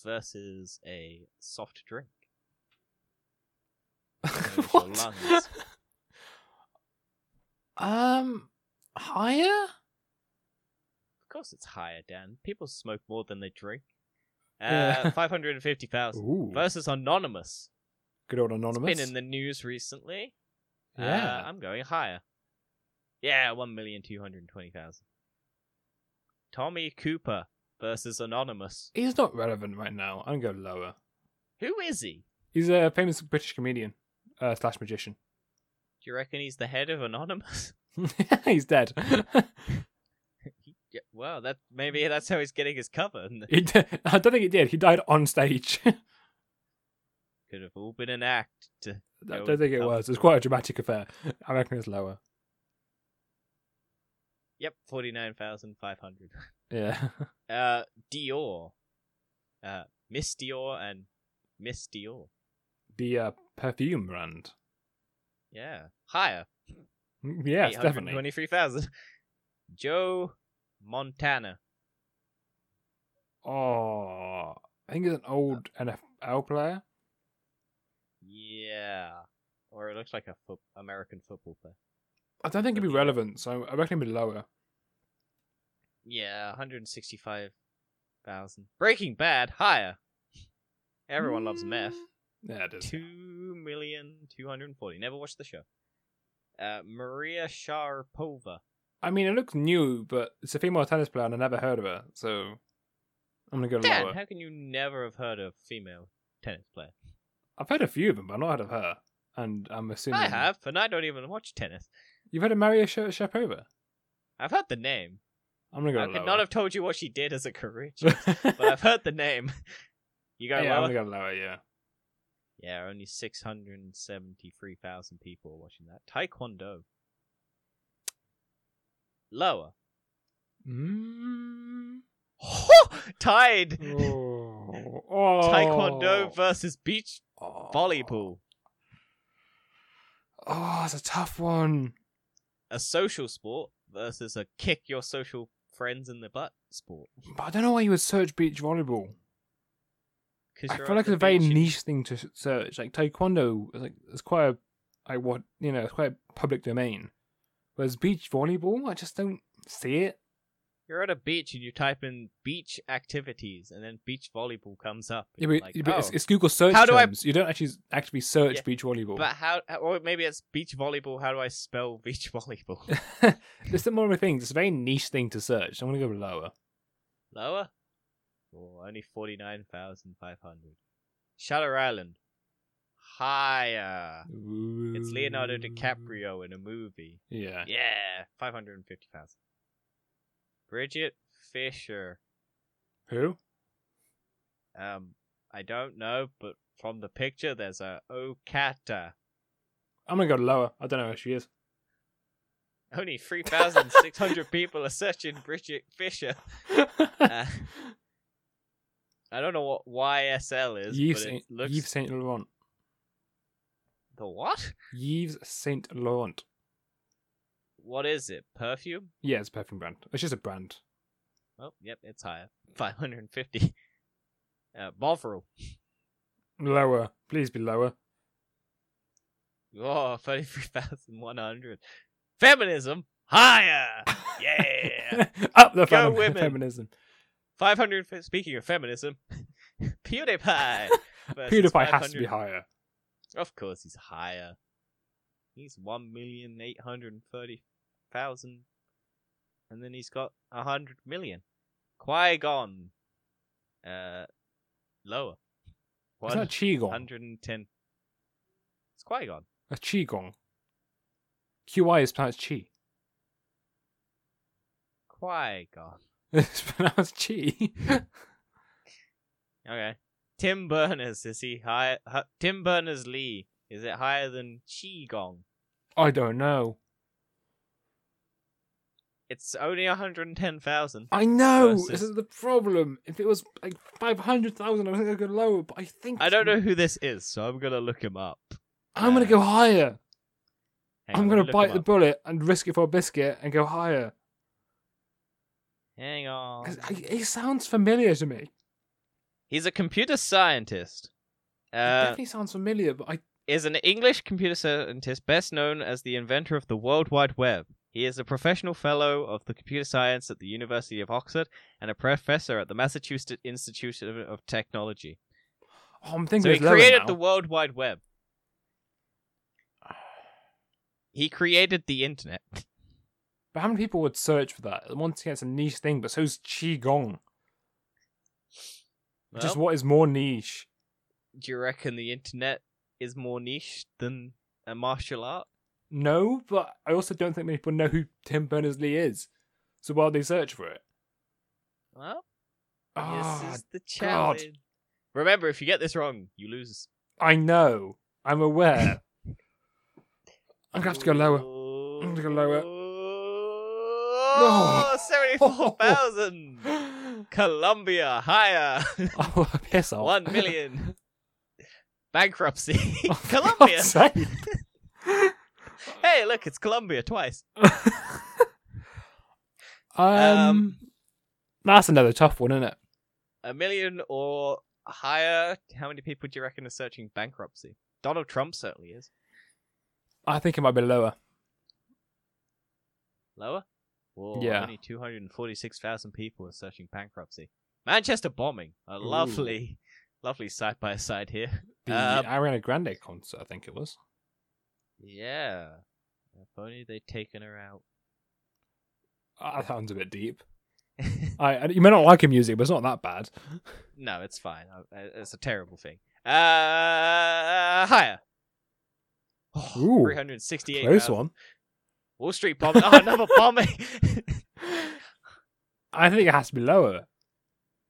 A: versus a soft drink.
B: [laughs]
A: your lungs.
B: um, higher?
A: Of course, it's higher, Dan. People smoke more than they drink. Uh, [laughs]
B: Yeah.
A: five hundred and fifty thousand
B: Ooh,
A: versus Anonymous.
B: good old
A: It's
B: anonymous.
A: been in the news recently.
B: yeah,
A: Uh, I'm going higher. Yeah, 1,220,000. Tommy Cooper versus Anonymous.
B: he's not relevant right now. I'm gonna go lower.
A: Who is he?
B: He's a famous British comedian uh, slash magician. [laughs]
A: Do you reckon he's the head of Anonymous? [laughs]
B: he's dead. [laughs]
A: He- yeah, well, that maybe that's how he's getting his cover. [laughs] and it
B: he d- I don't think he did. He died on stage. [laughs]
A: Could have all been an act. to-
B: I
A: Go
B: don't think it
A: up.
B: was. It's quite a dramatic affair. I reckon it's lower.
A: Yep, 49,500.
B: Yeah. [laughs]
A: Uh, Dior. Uh, Miss Dior and Miss Dior.
B: The uh, perfume brand.
A: Yeah. Higher.
B: Mm, Yes, definitely.
A: 823,000. [laughs] Joe Montana.
B: Oh, I think it's an old NFL player.
A: Yeah. Or it looks like a foot American football player.
B: I don't think it'd be relevant, so I reckon it'd be lower.
A: Yeah, 165,000. Breaking Bad, higher. Everyone loves meth.
B: Yeah, it is.
A: 2,240. Never watched the show. Uh, Maria Sharapova.
B: I mean, it looks new, but it's a female tennis player, and I never heard of her, so I'm gonna go
A: Dan,
B: lower.
A: how can you never have heard of female tennis player?
B: I've heard a few of them, but I've not heard of her. And I'm assuming
A: I have, and I don't even watch tennis.
B: You've heard of Maria Sh- Sharapova?
A: I've heard the name.
B: I'm gonna go
A: I
B: lower.
A: could not have
B: [laughs]
A: told you what she did as a career, choice, but I've heard the name. [laughs] You go
B: yeah,
A: lower?
B: I'm gonna go lower. Yeah.
A: Yeah, only 673,000 people are watching that. Taekwondo.
B: [laughs]
A: Lower.
B: Mm.
A: Tied.
B: Oh. Oh.
A: [laughs] Taekwondo versus beach volleyball.
B: Oh, it's a tough one.
A: A social sport versus a kick your social friends in the butt sport.
B: But I don't know why you would search beach volleyball.
A: 'Cause
B: I
A: you're
B: feel
A: at
B: like it's
A: the
B: a very
A: beach and-
B: niche thing to s- search. Like taekwondo, is like it's quite a, like what you know, it's quite a public domain. Whereas beach volleyball, I just don't see it.
A: You're at a beach and you type in beach activities, and then beach volleyball comes up.
B: Yeah,
A: and you're
B: but, yeah,
A: like,
B: but it's,
A: "Oh."
B: it's Google search
A: How do I-
B: terms. You don't actually actually search
A: Yeah,
B: beach volleyball.
A: But how, how- or maybe it's beach volleyball. How do I spell [laughs] beach volleyball?
B: [laughs] [laughs] There's some more things. It's a very niche thing to search. I'm gonna go lower.
A: Lower? Oh, only 49,500. Shutter Island. Higher. It's Leonardo DiCaprio in a
B: [laughs]
A: movie.
B: Yeah.
A: Yeah, 550,000. Bridget Fisher.
B: Who?
A: Um, I don't know, but from the picture, there's a oh, Okata.
B: I'm gonna go lower. I don't know who she is.
A: [laughs] Only
B: [laughs]
A: 3,600 people are searching Bridget Fisher. Uh, [laughs] I don't know what YSL is,
B: Yves,
A: but it
B: Saint,
A: looks...
B: Yves Saint Laurent.
A: The what?
B: Yves Saint Laurent.
A: What is it? Perfume?
B: Yeah, it's a perfume brand. It's just a brand.
A: Oh, yep, it's higher. [laughs] 550. Uh, Bovril.
B: Lower. Please be lower.
A: Oh, [laughs] 33,100. Feminism. Higher.
B: [laughs]
A: Yeah.
B: Up the
A: Go
B: fem-
A: women.
B: feminism.
A: 500. Speaking of feminism, [laughs]
B: [laughs]
A: PewDiePie. versus
B: PewDiePie has to be
A: 500
B: higher.
A: Of course, he's higher. He's 1,830,000. And then he's got 100 million. Qui Gon. Uh, lower.
B: It's not Qigong.
A: 110. It's Qui Gon.
B: It's Qigong. QI is pronounced Qi. [laughs]
A: Qui Gon.
B: It's pronounced Qi. [laughs]
A: Okay. Tim Berners, is he higher? Hu- Tim Berners Lee, is it higher than Chi Gong?
B: I don't know.
A: It's only 110,000.
B: I know. This
A: Versus-
B: is the problem. If it was like five hundred thousand, I was gonna go lower. But I think
A: I don't know who this is, so I'm gonna look him up.
B: I'm gonna go higher.
A: Hang
B: I'm
A: on, let
B: gonna
A: me look
B: bite
A: him
B: the
A: up.
B: bullet and risk it for a biscuit and go higher.
A: Hang on.
B: 'Cause I, it sounds familiar to me.
A: He's a computer scientist.
B: It [laughs]
A: Uh,
B: definitely sounds familiar, but I
A: is an English computer scientist best known as the inventor of the World Wide Web. He is a professional fellow of the computer science at the University of Oxford and a professor at the Massachusetts Institute of- of Technology.
B: oh, I'm thinking
A: So he
B: it's lower
A: created
B: now.
A: the World Wide Web. He created the internet.
B: But how many people would search for that? Once again, it's a niche thing, but so's qigong, which is
A: Well,
B: what is more niche.
A: do you reckon the internet is more niche than a martial art?
B: No, but I also don't think many people know who Tim Berners Lee is. So why would they search for it?
A: Well,
B: Ah,
A: this is the challenge. Remember, if you get this wrong, you lose.
B: I know. I'm
A: [laughs]
B: aware. I'm gonna have to go lower.
A: lower.
B: I'm gonna go lower.
A: Oh, 74,000!
B: [laughs] [gasps]
A: Colombia, higher!
B: oh, piss off.
A: 1 million. Bankruptcy.
B: Oh, for
A: Colombia!
B: God's sake.
A: Hey, look, it's Colombia twice.
B: [laughs] um, that's another tough one, isn't it?
A: a million or higher. How many people do you reckon are searching bankruptcy? Donald Trump certainly is.
B: I think it might be lower.
A: Lower? Whoa,
B: Yeah.
A: Only 246,000 people are searching bankruptcy. Manchester bombing. A lovely, lovely side by side here.
B: The
A: Um,
B: Ariana Grande concert, I think it was.
A: Yeah. If only they'd taken her out. [laughs]
B: Ah, that sounds a bit deep. I, I- you may not like her music, but it's not that bad.
A: no, it's fine. I- I- It's a terrible thing. Uh, higher. Oh,
B: Ooh,
A: 368.
B: Close one.
A: Wall Street bombing. Oh,
B: [laughs]
A: another bombing. [laughs]
B: I think it has to be lower.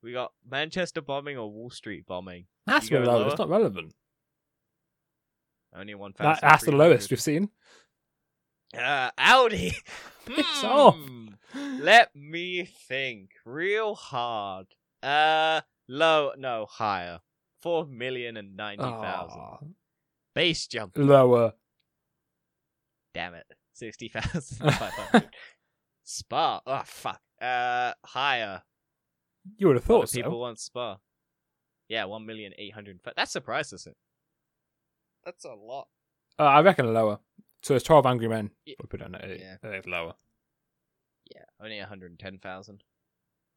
A: we got Manchester bombing or Wall Street bombing.
B: It has
A: You
B: to be
A: go
B: lower. It's not relevant.
A: Only one thousand.
B: That, that's the lowest we've seen.
A: Uh,
B: [laughs]
A: Audi.
B: Piss off.
A: Hmm. Let me think real hard. Uh, low, no, higher. Four million and ninety thousand.
B: Ah,
A: Base jump.
B: lower. [laughs]
A: Damn it. Sixty thousand five hundred. Spa. Oh fuck. Uh, higher.
B: You would have
A: A lot
B: thought
A: of people
B: so.
A: want spa. Yeah, one million eight hundred. That surprises isn't it? That's a lot.
B: Uh, I reckon lower. So it's 12 Angry Men.
A: Yeah.
B: We'll put it on at eight.
A: Yeah.
B: I think it's lower.
A: Yeah, only one hundred ten thousand.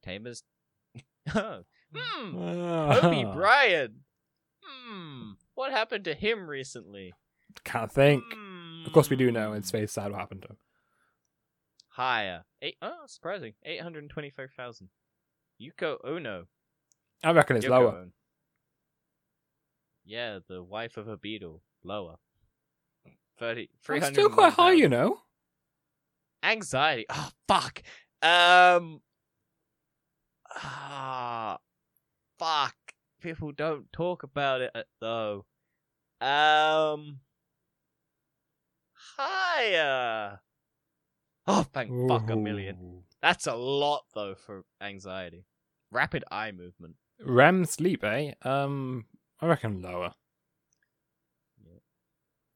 A: Tamers. [laughs] Hmm.
B: [laughs]
A: Kobe
B: Ah,
A: Bryant. Hmm. What happened to him recently?
B: Can't think.
A: Hmm.
B: Of course, we do know in Space Side what happened to him.
A: Higher. Eight. Oh, surprising. Eight hundred twenty-five thousand. Yuko Ono.
B: I reckon it's
A: Yoko
B: lower.
A: Ono. Yeah, the wife of a beetle. Lower. Thirty.
B: It's still quite high,
A: 301,000.
B: you know.
A: Anxiety. Oh fuck. Um. Ah. Fuck. People don't talk about it uh, though. Um. Higher. Oh, thank fuck a million.
B: Ooh.
A: That's a lot though for anxiety. Rapid eye movement.
B: REM sleep, eh? Um, I reckon lower.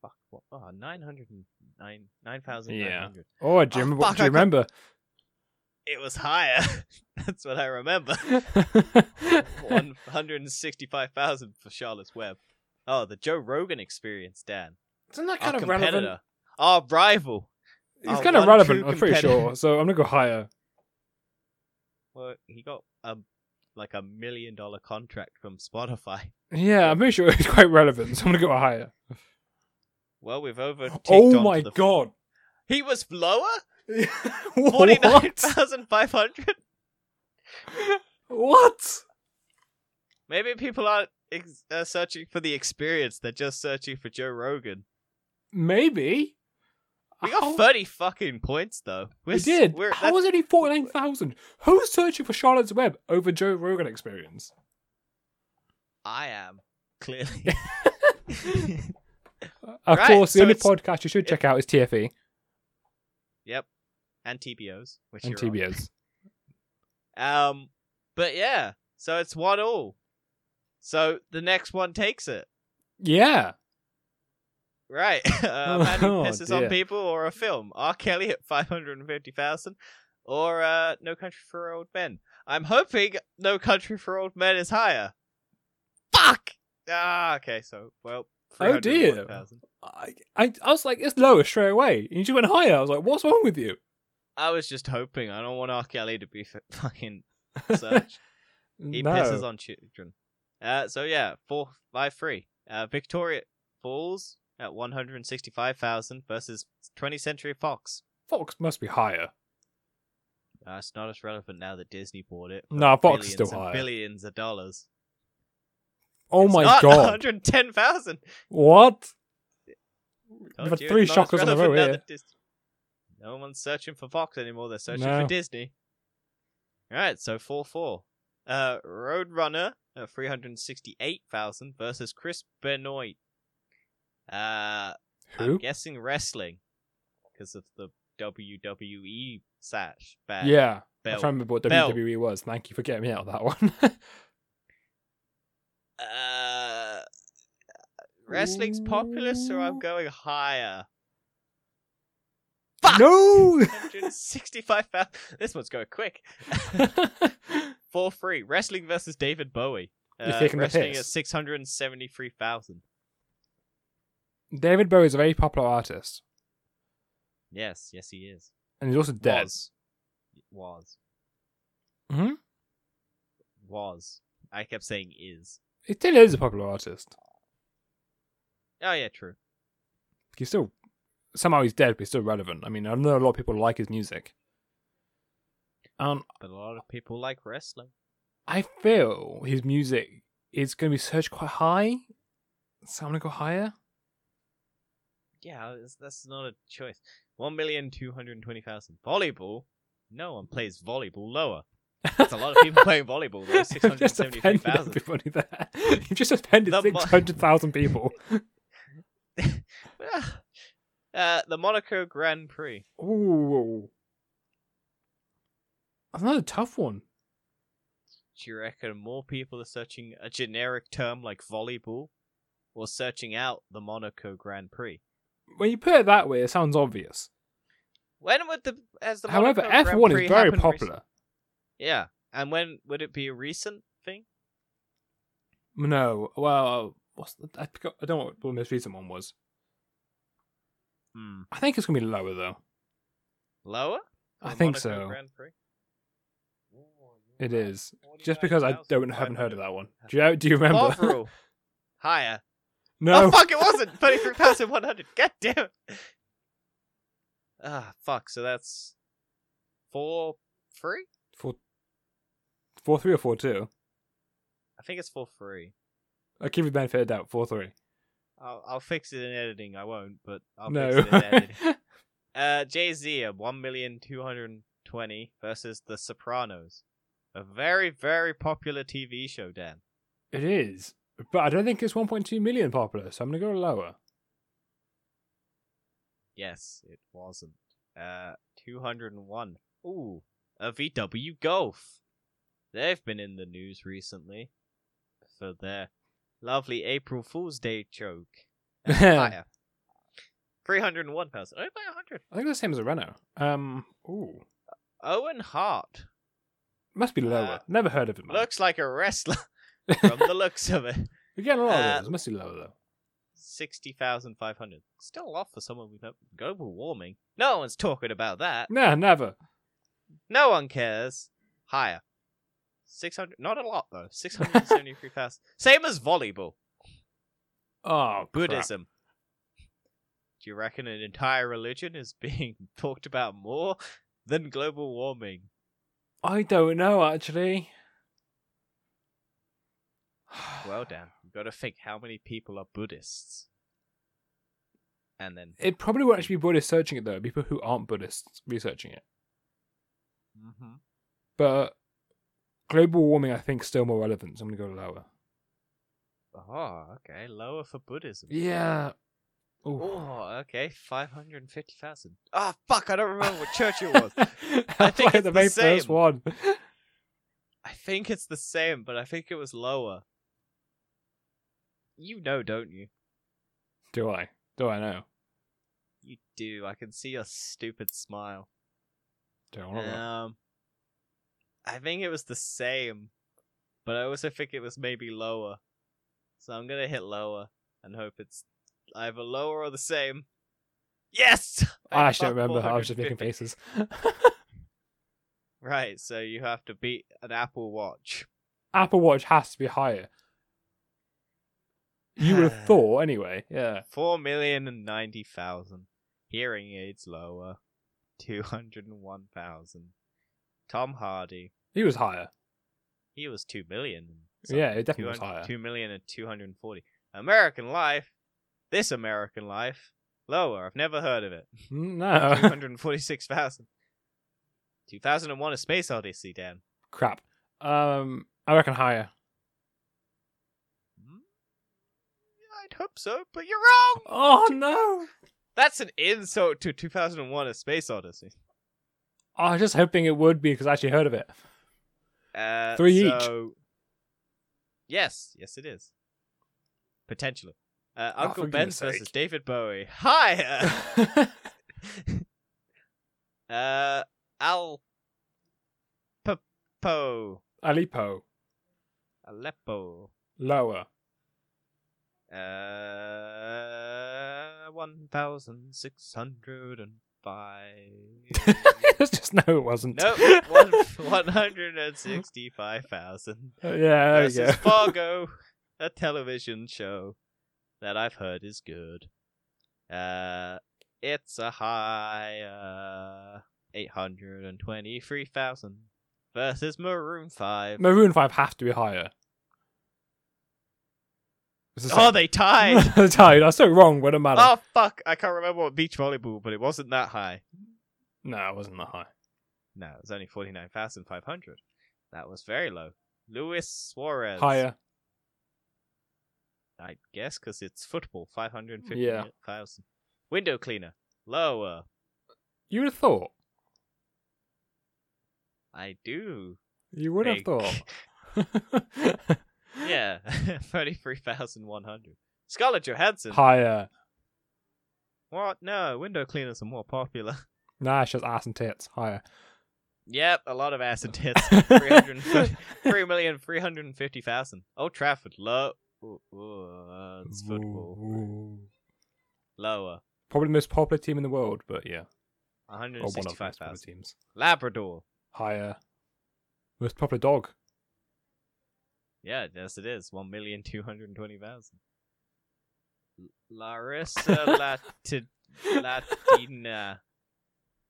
A: Fuck. What? Oh, 909 9,900.
B: Or Oh, do you remember?
A: Oh, fuck,
B: what do you
A: I
B: remember?
A: [laughs] It was higher. [laughs] That's what I remember. 165,000 for Charlotte's Web. Oh, the Joe Rogan experience, Dan.
B: Isn't that
A: Our
B: kind of
A: competitor.
B: relevant?
A: Our rival.
B: It's
A: Our
B: kind of
A: one
B: relevant.
A: true
B: I'm pretty
A: competitor.
B: sure. So I'm gonna go higher.
A: Well, he got a like a million dollar contract from Spotify.
B: Yeah, I'm pretty sure it's quite relevant. So I'm gonna go higher.
A: Well, we've over.
B: [gasps] Oh my
A: [laughs]
B: god!
A: He was lower?
B: [laughs] what?
A: 49,500?
B: What?
A: Maybe people aren't ex- uh, searching for the experience; they're just searching for Joe Rogan.
B: Maybe.
A: We got
B: How-
A: thirty fucking points though. We're
B: We
A: s-
B: did.
A: We're,
B: How was it only forty nine thousand? Who's searching for Charlotte's Web over Joe Rogan Experience?
A: I am
B: [laughs]
A: clearly. [laughs]
B: Uh, Of
A: Right,
B: course, the
A: so
B: only
A: it's-
B: podcast you should check out is E TFE
A: yep, and TBOs, which
B: and
A: you're on.
B: TBS.
A: Um, but yeah, so it's one all. So the next one takes it,
B: Yeah.
A: right? [laughs] Uh, a man who
B: [laughs] Oh,
A: pisses
B: dear.
A: on people or a film. R. Kelly at five hundred and fifty thousand, or uh, No Country for Old Men. I'm hoping No Country for Old Men is higher. Fuck. Ah, okay. So well.
B: Oh, dear.
A: 301,000.
B: I, I I was like, it's lower straight away. And you just went higher. I was like, what's wrong with you?
A: I was just hoping. I don't want R. Kelly to be [laughs] f-
B: [laughs]
A: fucking searched. He
B: no.
A: pisses on children. Uh, so yeah, four five three. Uh, Victoria Falls at one hundred and sixty five thousand versus 20th Century Fox.
B: Fox must be higher.
A: Uh, it's not as relevant now that Disney bought it.
B: Nah, Fox is
A: billions
B: still
A: and
B: higher.
A: Billions of dollars.
B: oh
A: It's
B: my
A: not
B: god.
A: One hundred ten thousand.
B: [laughs] What? We've had three shockers in a row here.
A: No one's searching for Fox anymore. They're searching
B: No.
A: for Disney. All right, so four four. Uh, Roadrunner at three hundred sixty eight thousand versus Chris Benoit. Uh, I'm
B: Who?
A: guessing wrestling because of the WWE sash ba-
B: Yeah. I
A: belt. Uh,
B: can't remember what
A: Bell.
B: WWE was. Thank you for getting me out of that one. [laughs]
A: Uh, wrestling's popular, so I'm going higher. Fuck! [laughs]
B: No!
A: 165,000. [laughs] This one's going quick.
B: You're
A: 4 3. Wrestling versus David Bowie.
B: You're
A: Uh,
B: taking the
A: wrestling
B: piss.
A: at 673,000.
B: David Bowie is a very popular artist,
A: Yes, yes, he is.
B: and he's also dead.
A: Was. Was.
B: Hmm?
A: Was. I kept saying is.
B: He still is a popular artist.
A: Oh, yeah, true.
B: He's still somehow he's dead, but he's still relevant. I mean, I know a lot of people like his music. Um,
A: But a lot of people like wrestling.
B: I feel his music is going to be searched quite high, so I'm going to go higher.
A: Yeah, that's- that's not a choice. 1,220,000. Volleyball? No one plays volleyball lower. That's a lot of
B: [laughs]
A: people playing volleyball, though.
B: You've just
A: [laughs]
B: offended
A: 673,000.
B: everybody there. [laughs] You've just offended
A: The mo-
B: six hundred thousand people.
A: Ah. uh, the Monaco Grand Prix.
B: Ooh, that's another tough one.
A: Do you reckon more people are searching a generic term like volleyball or searching out the Monaco Grand Prix?
B: When you put it that way, it sounds obvious.
A: When would the. As the
B: However,
A: Monaco uh, Grand
B: F1
A: Prix
B: is very
A: happened
B: popular.
A: Yeah. And when would it be a recent thing?
B: No, well, what's the, I, forgot, I don't know what the most recent one was.
A: Hmm.
B: I think it's gonna be lower though.
A: Lower?
B: I
A: The
B: think
A: Monaco
B: so.
A: Grand Prix?
B: It is just because I don't haven't heard of that [laughs] one. Do you do you remember?
A: Overall. Higher.
B: [laughs] no,
A: Oh fuck! It wasn't thirty three thousand one hundred. [laughs] God damn it! Ah fuck. So that's four free.
B: four, four three or four two.
A: I think it's four free.
B: I give you the benefit of the doubt. Four three.
A: I'll I'll fix it in editing. I won't, but I'll
B: no.
A: fix it in
B: [laughs]
A: editing. Uh, Jay Z of one million two hundred twenty versus The Sopranos, a very very popular TV show. Dan,
B: it is, but I don't think it's 1.2 million popular. So I'm gonna go lower.
A: yes, it wasn't. Uh, two hundred and one. Ooh, a VW Golf. They've been in the news recently for their lovely April Fool's Day joke.
B: I
A: Higher. Three hundred and one thousand. Oh, by hundred.
B: think that's the same as a Renault. Um, ooh,
A: Owen Hart
B: must be lower.
A: Uh,
B: Never heard of it. Man.
A: looks like a wrestler [laughs] from the looks of it.
B: We're getting a lot
A: uh,
B: of those. Must be lower though.
A: sixty thousand five hundred. Still off for someone with no- global warming. No one's talking about that.
B: No, never.
A: No one cares. Higher, six hundred. Not a lot though. Six hundred seventy-three thousand. Same as volleyball.
B: Oh, Buddhism.
A: Buddhism. Do you reckon an entire religion is [laughs] being talked about more than global warming?
B: I don't know actually. [sighs]
A: Well, Dan, you've got to think how many people are Buddhists. And then,
B: It probably won't actually be Buddhists searching it though. People who aren't Buddhists researching it.
A: mm-hmm.
B: But global warming, I think, is still more relevant. So I'm gonna go lower.
A: oh, okay, lower for Buddhism.
B: Yeah. [laughs]
A: Oh, okay, five hundred and fifty thousand. Ah, fuck! I don't remember what church it
B: [laughs]
A: was.
B: I
A: think
B: think
A: it's
B: the
A: the
B: very
A: same.
B: first one. [laughs]
A: I think it's the same, but I think it was lower. You know, don't you?
B: Do I? Do I know?
A: You do. I can see your stupid smile.
B: Do I want to?
A: Um, I think it was the same, but I also think it was maybe lower. So I'm gonna hit lower and hope it's either lower or the same. Yes,
B: I actually don't
A: fucked
B: remember. I was just making
A: 450.
B: faces. [laughs]
A: Right, so you have to beat an Apple Watch.
B: Apple Watch has to be higher. You would have thought, anyway. Yeah.
A: Four million and ninety thousand. Hearing aids lower. Two hundred and one thousand. Tom Hardy.
B: He was higher.
A: He was two million.
B: yeah, it definitely was
A: 200
B: higher.
A: Two million and two hundred and forty. American Life. This American Life. Lower. I've never heard
B: [laughs]
A: of it. Two
B: No.
A: hundred and forty six thousand. Two thousand and one a space odyssey, Dan.
B: [laughs] Crap. Um, I reckon higher.
A: Hmm? I'd hope so, but you're wrong!
B: Oh no!
A: That's an insult to 2001 A Space Odyssey.
B: I was just hoping it would be because I actually heard
A: [laughs]
B: of it. [laughs]
A: Uh,
B: Three each.
A: so... Yes, yes, it is. Potentially. Uh,
B: Oh,
A: Uncle
B: for
A: Ben
B: goodness
A: versus
B: sake.
A: David Bowie. Hi! uh, Al. Papo.
B: Alipo
A: Aleppo.
B: lower. [laughs]
A: Uh,
B: [laughs]
A: 1,605.
B: Let's just know it wasn't.
A: nope, one, 165,000.
B: [laughs] yeah, there
A: versus
B: you go. [laughs]
A: Fargo, a television show that I've heard is good. Uh, it's a high uh, 823,000 versus Maroon 5.
B: Maroon Five have to be higher. It's the
A: Oh,
B: same.
A: they tied!
B: They tied. [laughs] I was so wrong. What a matter.
A: oh, fuck! I can't remember what beach volleyball, but it wasn't that high.
B: No, it wasn't that high.
A: No, it was only 49,500. That was very low. Luis Suarez.
B: Higher.
A: I guess because it's football, 550,000.
B: Yeah.
A: Window cleaner, lower.
B: You would have thought.
A: I do.
B: You would have
A: Big. [laughs]
B: thought. [laughs]
A: Yeah, [laughs] 33,100. Scarlett Johansson.
B: Higher.
A: What? No, window cleaners are more popular. [laughs]
B: Nah, it's just ass and tits. Higher. [laughs]
A: Yep, a lot of acid deaths. 350 Three million three hundred and fifty thousand. Old Trafford, low. Ooh, ooh, uh, it's football. Lower,
B: Probably the most popular team in the world, but yeah,
A: one hundred
B: or
A: and
B: one of the
A: sixty-five
B: most popular
A: thousand.
B: teams.
A: Labrador.
B: Higher, most popular dog.
A: Yeah, yes, it is. One million two hundred twenty thousand. Larissa Lati-
B: [laughs]
A: Latina.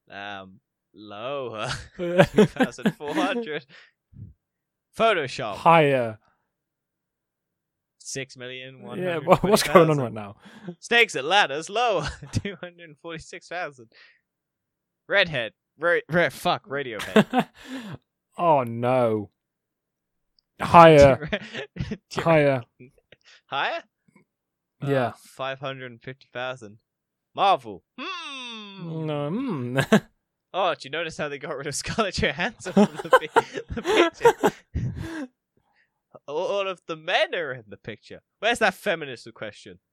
A: Um, lower, two thousand four hundred. Photoshop,
B: Higher.
A: six million one
B: Yeah,
A: hundred.
B: what, what's going on right now?
A: Snakes and ladders lower, [laughs] two hundred forty six thousand. Redhead, ra- ra- fuck, Radiohead.
B: [laughs] oh no. [laughs] Higher,
A: [laughs] higher,
B: higher.
A: higher. Uh,
B: Yeah.
A: five hundred and fifty thousand. Marvel. Hmm.
B: No, mm.
A: Oh, did you notice how they got rid of Scarlett Johansson from [laughs]
B: [laughs]
A: the, pi- the picture? All of the men are in the picture. Where's that feminist question? [laughs]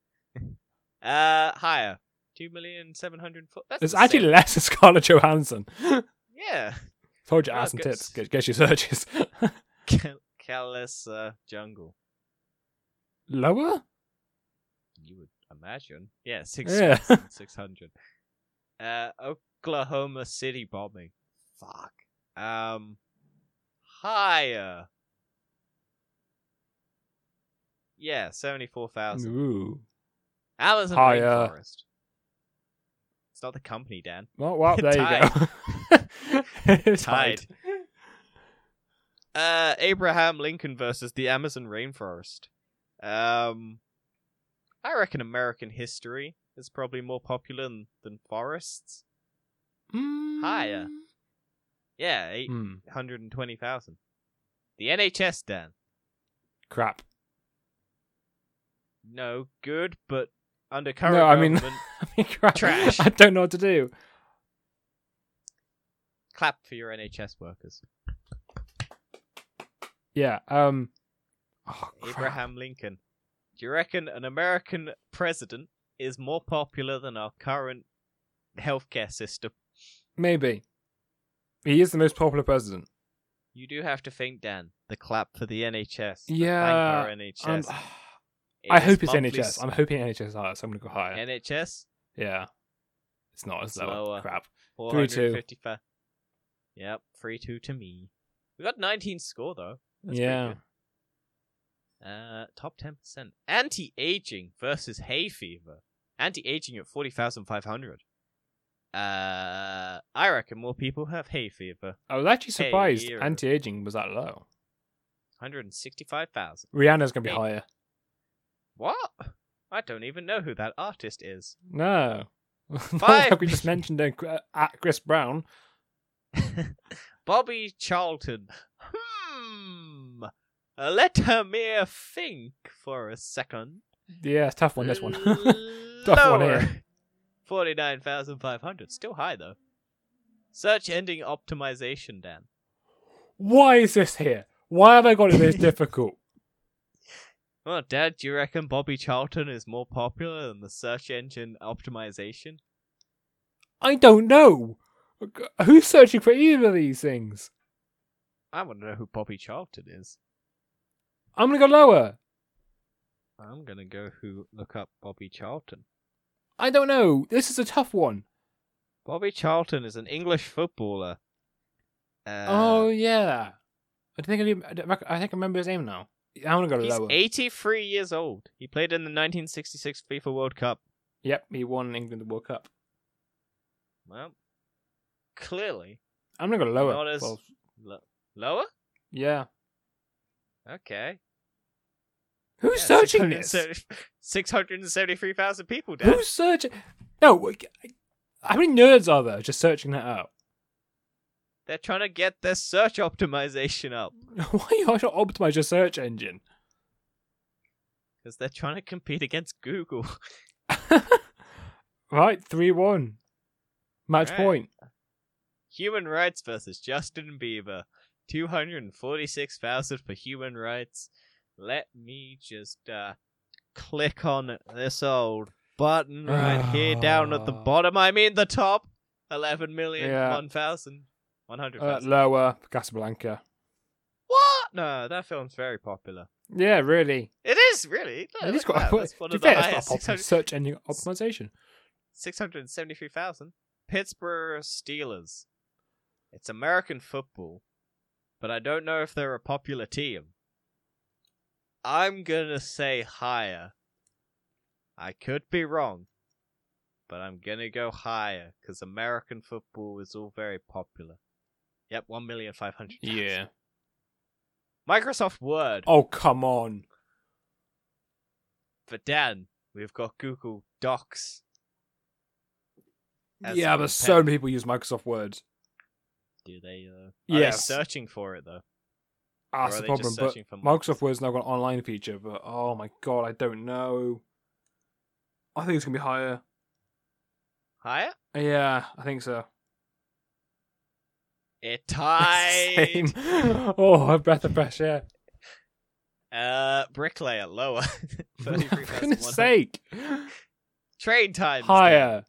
A: Uh, higher, two million seven hundred. That's
B: There's
A: the same.
B: actually less of Scarlett Johansson.
A: yeah. [laughs]
B: Told you,
A: Yeah,
B: ass and
A: good.
B: tits. Get, get your searches. [laughs]
A: Cal- Calissa Jungle.
B: Lower?
A: You would imagine. Yeah, six
B: Yeah. [laughs]
A: six hundred. Uh, Oklahoma City bombing. Fuck. Um, higher. Yeah, seventy-four thousand.
B: Ooh.
A: Amazon
B: Mm. Higher.
A: rainforest. It's not the company, Dan. [laughs]
B: Well, well there you go. [laughs] it's
A: Tied.
B: tied.
A: Uh, Abraham Lincoln versus the Amazon rainforest. Um, I reckon American history is probably more popular than, than forests.
B: Mm.
A: Higher. Yeah, eight
B: Mm.
A: hundred and twenty thousand. The NHS, Dan.
B: Crap. [laughs]
A: No good, but under current
B: No, I mean-
A: government,
B: I mean, crap.
A: Trash.
B: I don't know what to do.
A: clap for your NHS workers.
B: Yeah. Um. Oh, crap.
A: Abraham Lincoln. Do you reckon an American president is more popular than our current healthcare system?
B: Maybe. He is the most popular president.
A: You do have to think, Dan. The clap for the NHS. the
B: Yeah,
A: Thank our
B: Um,
A: NHS. It
B: I
A: is
B: hope it's
A: monthly
B: NHS.
A: s-
B: I'm hoping NHS is higher, so I'm gonna go higher.
A: NHS.
B: yeah. It's not. It's
A: It's lower.
B: lower. Crap. 3-2.
A: 455. Yep, 3 2 to me. We got 19 score, though. That's pretty
B: yeah.
A: good. Uh, top 10%. Anti aging versus hay fever. Anti aging at 40,500. Uh, I reckon more people have hay fever.
B: I was actually
A: Hey,
B: surprised
A: here.
B: anti aging was that low.
A: 165,000.
B: Rihanna's gonna be
A: Hey.
B: higher.
A: What? I don't even know who that artist is.
B: No. [laughs] Not
A: Five.
B: like we just mentioned uh, Gr- uh, at Chris Brown.
A: [laughs] Bobby Charlton. Hmm. Uh, Let me think for a second.
B: Yeah, it's a tough
A: [laughs]
B: one. [laughs] This one. Tough one eh?
A: Lower.
B: here.
A: 49,500. Still high, though. Search ending optimization, Dan.
B: Why is this here? Why have I got it this difficult?
A: Well, Dad, do you reckon Bobby Charlton is more popular than the search engine optimization?
B: I don't know. Who's searching for either of these things?
A: I want to know who Bobby Charlton is.
B: I'm gonna go lower.
A: I'm going to go who look up Bobby Charlton.
B: I don't know. This is a tough one.
A: Bobby Charlton is an English footballer. Uh,
B: oh yeah, I think I, do- I, don't rec- I think I remember his name now. I want to go
A: he's
B: lower.
A: 83 years old. He played in the 1966 FIFA World Cup.
B: Yep, he won England the World Cup.
A: Well, clearly.
B: I'm gonna go lower.
A: Not as-
B: Well,
A: Lo- lower?
B: yeah.
A: Okay.
B: Who's
A: Yeah,
B: searching
A: [laughs]
B: this?
A: 670 673,000 people, Dan.
B: Who's searching? No. like, How many nerds are there just searching that out? [laughs]
A: They're trying to get their search optimization up
B: Why are you trying to optimize your search engine? [laughs]
A: because they're trying to compete against Google.
B: Right, three one, match
A: Right.
B: point.
A: Human rights versus Justin Bieber. 246,000 for human rights. Let me just uh, click on this old button right here down at the
B: Ah.
A: bottom. I mean, the top. 11 million,
B: Yeah.
A: 1,000. One hundred
B: Uh,
A: thousand.
B: lower Casablanca.
A: what? No, that film's very popular.
B: Yeah, really.
A: It is really. No,
B: it is
A: look
B: quite.
A: at that.
B: [laughs]
A: That's one
B: to
A: of
B: be fair,
A: the
B: it's
A: highest.
B: not
A: [laughs]
B: a popular search engine optimization.
A: Six hundred seventy-three thousand. Pittsburgh Steelers. It's American football, but I don't know if they're a popular team. I'm gonna say higher. I could be wrong, but I'm gonna go higher because American football is all very popular. Yep, one million five hundred. Microsoft Word.
B: Oh come on.
A: For Dan, we've got Google Docs. As
B: yeah, but
A: compared-
B: so many people use Microsoft Word.
A: Do they? Uh, are
B: Yes.
A: they searching for it though? Or
B: That's
A: are
B: the
A: they just
B: problem. But
A: searching for
B: Microsoft Word's now got an online feature, but oh my god, I don't know. I think it's gonna be higher.
A: Higher?
B: Yeah, I think so. [laughs]
A: It tied.
B: Same. Oh, a breath of
A: [laughs]
B: fresh air.
A: Uh, bricklayer lower. [laughs]
B: [laughs] For
A: 33,100.
B: goodness sake.
A: Train times Dan.
B: Higher.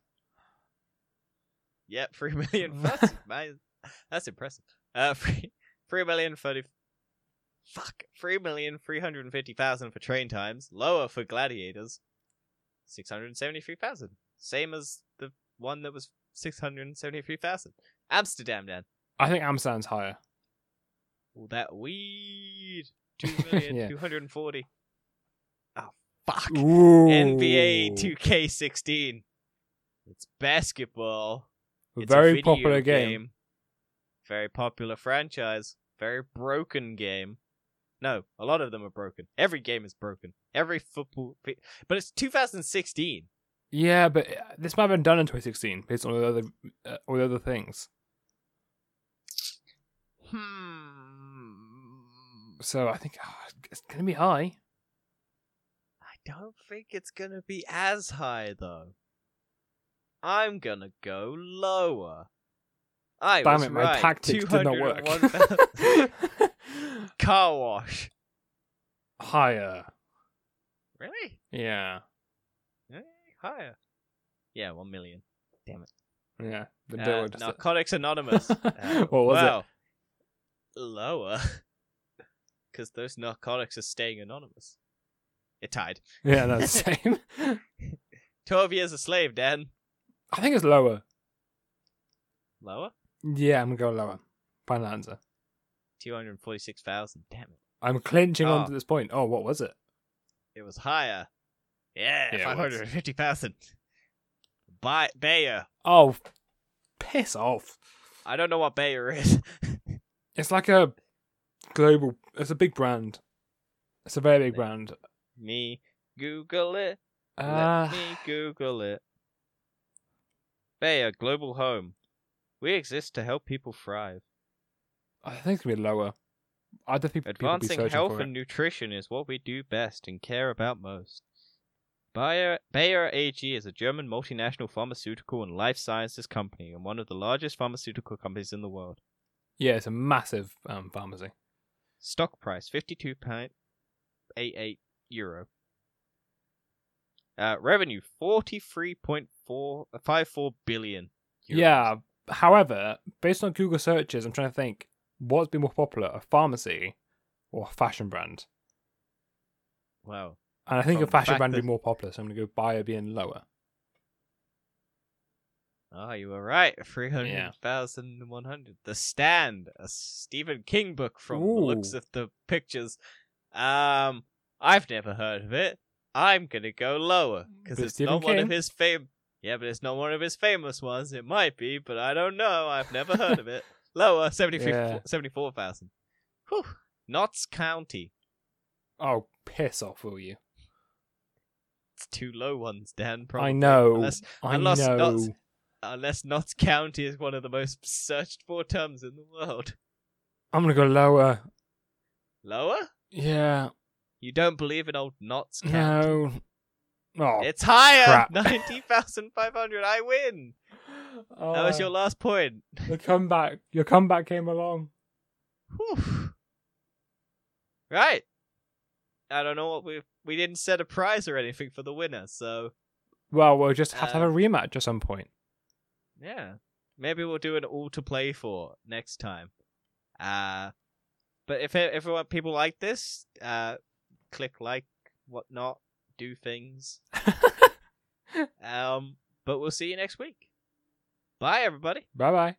A: Yep, three
B: [laughs]
A: million. That's, man, that's impressive. Uh, [laughs] three, three million thirty. Fuck, three million three hundred and fifty thousand for train times. Lower for gladiators. Six hundred seventy-three thousand. Same as the one that was six hundred seventy-three thousand. Amsterdam, Dan.
B: I think Amsterdam's higher.
A: All that
B: [laughs]
A: weed. Two million two hundred and forty. Oh fuck.
B: Ooh.
A: NBA 2K16. It's basketball. It's a
B: Very
A: video
B: popular game.
A: Very popular franchise. Very broken game. No, a lot of them are broken. Every game is broken. Every football, fi- but it's 2016.
B: Yeah, but uh, this might have been done in 2016 based on all the other, uh, all the other things.
A: Hmm.
B: So I think ah, it's going to be high.
A: I don't think it's gonna be as high though. I'm gonna go lower. I
B: Damn
A: was
B: it, my
A: right.
B: tactics did not
A: 201,000.
B: [laughs] work.
A: [laughs] Car wash.
B: Higher.
A: Really?
B: Yeah.
A: Eh, Higher. Yeah, one million.
B: Yeah. The
A: Uh,
B: Dilworth is
A: [laughs]
B: the-
A: Narcotics
B: [laughs]
A: Anonymous. Uh,
B: What was it?
A: well, Lower. [laughs] Because those narcotics are staying anonymous. It tied.
B: Yeah, that's the same. [laughs]
A: 12 years a slave, Dan.
B: I think it's lower.
A: Lower?
B: Yeah, I'm going to go lower. Final answer.
A: 246,000. Damn it.
B: I'm clinching
A: Oh.
B: onto this point. Oh, what was it?
A: It was higher. Yeah,
B: Yeah, it was.
A: 550,000. By- Bayer.
B: Oh, f- piss off.
A: I don't know what Bayer is. [laughs]
B: It's like a global, it's a big brand. It's a very big
A: Yeah.
B: brand.
A: me Google it.
B: Uh,
A: Let me Google it. Bayer Global Home. We exist to help people thrive.
B: I think it's going to be lower. I don't think people will be
A: Advancing
B: searching
A: health
B: for
A: and nutrition is what we do best and care about most. Bayer, Bayer AG is a German multinational pharmaceutical and life sciences company and one of the largest pharmaceutical companies in the world.
B: it. Yeah, it's a massive um, pharmacy.
A: Stock price 52.88 euro. Uh, revenue 43.454 billion. euros.
B: Yeah. However, based on Google searches, I'm trying to think what's been more popular, a pharmacy or a fashion brand?
A: Wow.
B: And I think
A: From
B: a
A: the
B: fashion
A: fact
B: brand would
A: that-
B: be more popular, so I'm going to go buyer being lower.
A: Ah, you were right. [laughs] 300,100. The Stand, a Stephen King book from the looks
B: Ooh.
A: of the pictures. Um, I've never heard of it. I'm going to go lower because
B: But
A: it's
B: Stephen
A: not one of
B: King.
A: his fame. Yeah, but it's not one of his famous ones. It might be, but I don't know. I've never heard of it.
B: [laughs]
A: Lower, 73
B: Yeah.
A: 74,000. Whew. Notts County.
B: Oh, piss off, will you?
A: It's two low ones, Dan. Probably.
B: I know.
A: Unless,
B: I
A: unless
B: know.
A: Notts- unless Notts County is one of the most searched for terms in the world.
B: I'm going to go lower.
A: Lower?
B: Yeah.
A: You don't believe in old knots? Count?
B: No. Oh,
A: It's higher. [laughs]
B: Crap.
A: Ninety thousand five hundred. I win. that was
B: oh,
A: your last point.
B: the comeback. Your comeback came along.
A: Whew. Right. I don't know what we we didn't set a prize or anything for the winner. So
B: Well, we'll just have to
A: Uh,
B: [laughs]
A: [laughs]
B: have a rematch at some point.
A: yeah, Maybe we'll do an all to play for next time. Uh, but if e- everyone people like this, uh, click like, whatnot, do things. Um, but we'll see you next week. Bye, everybody.
B: bye bye.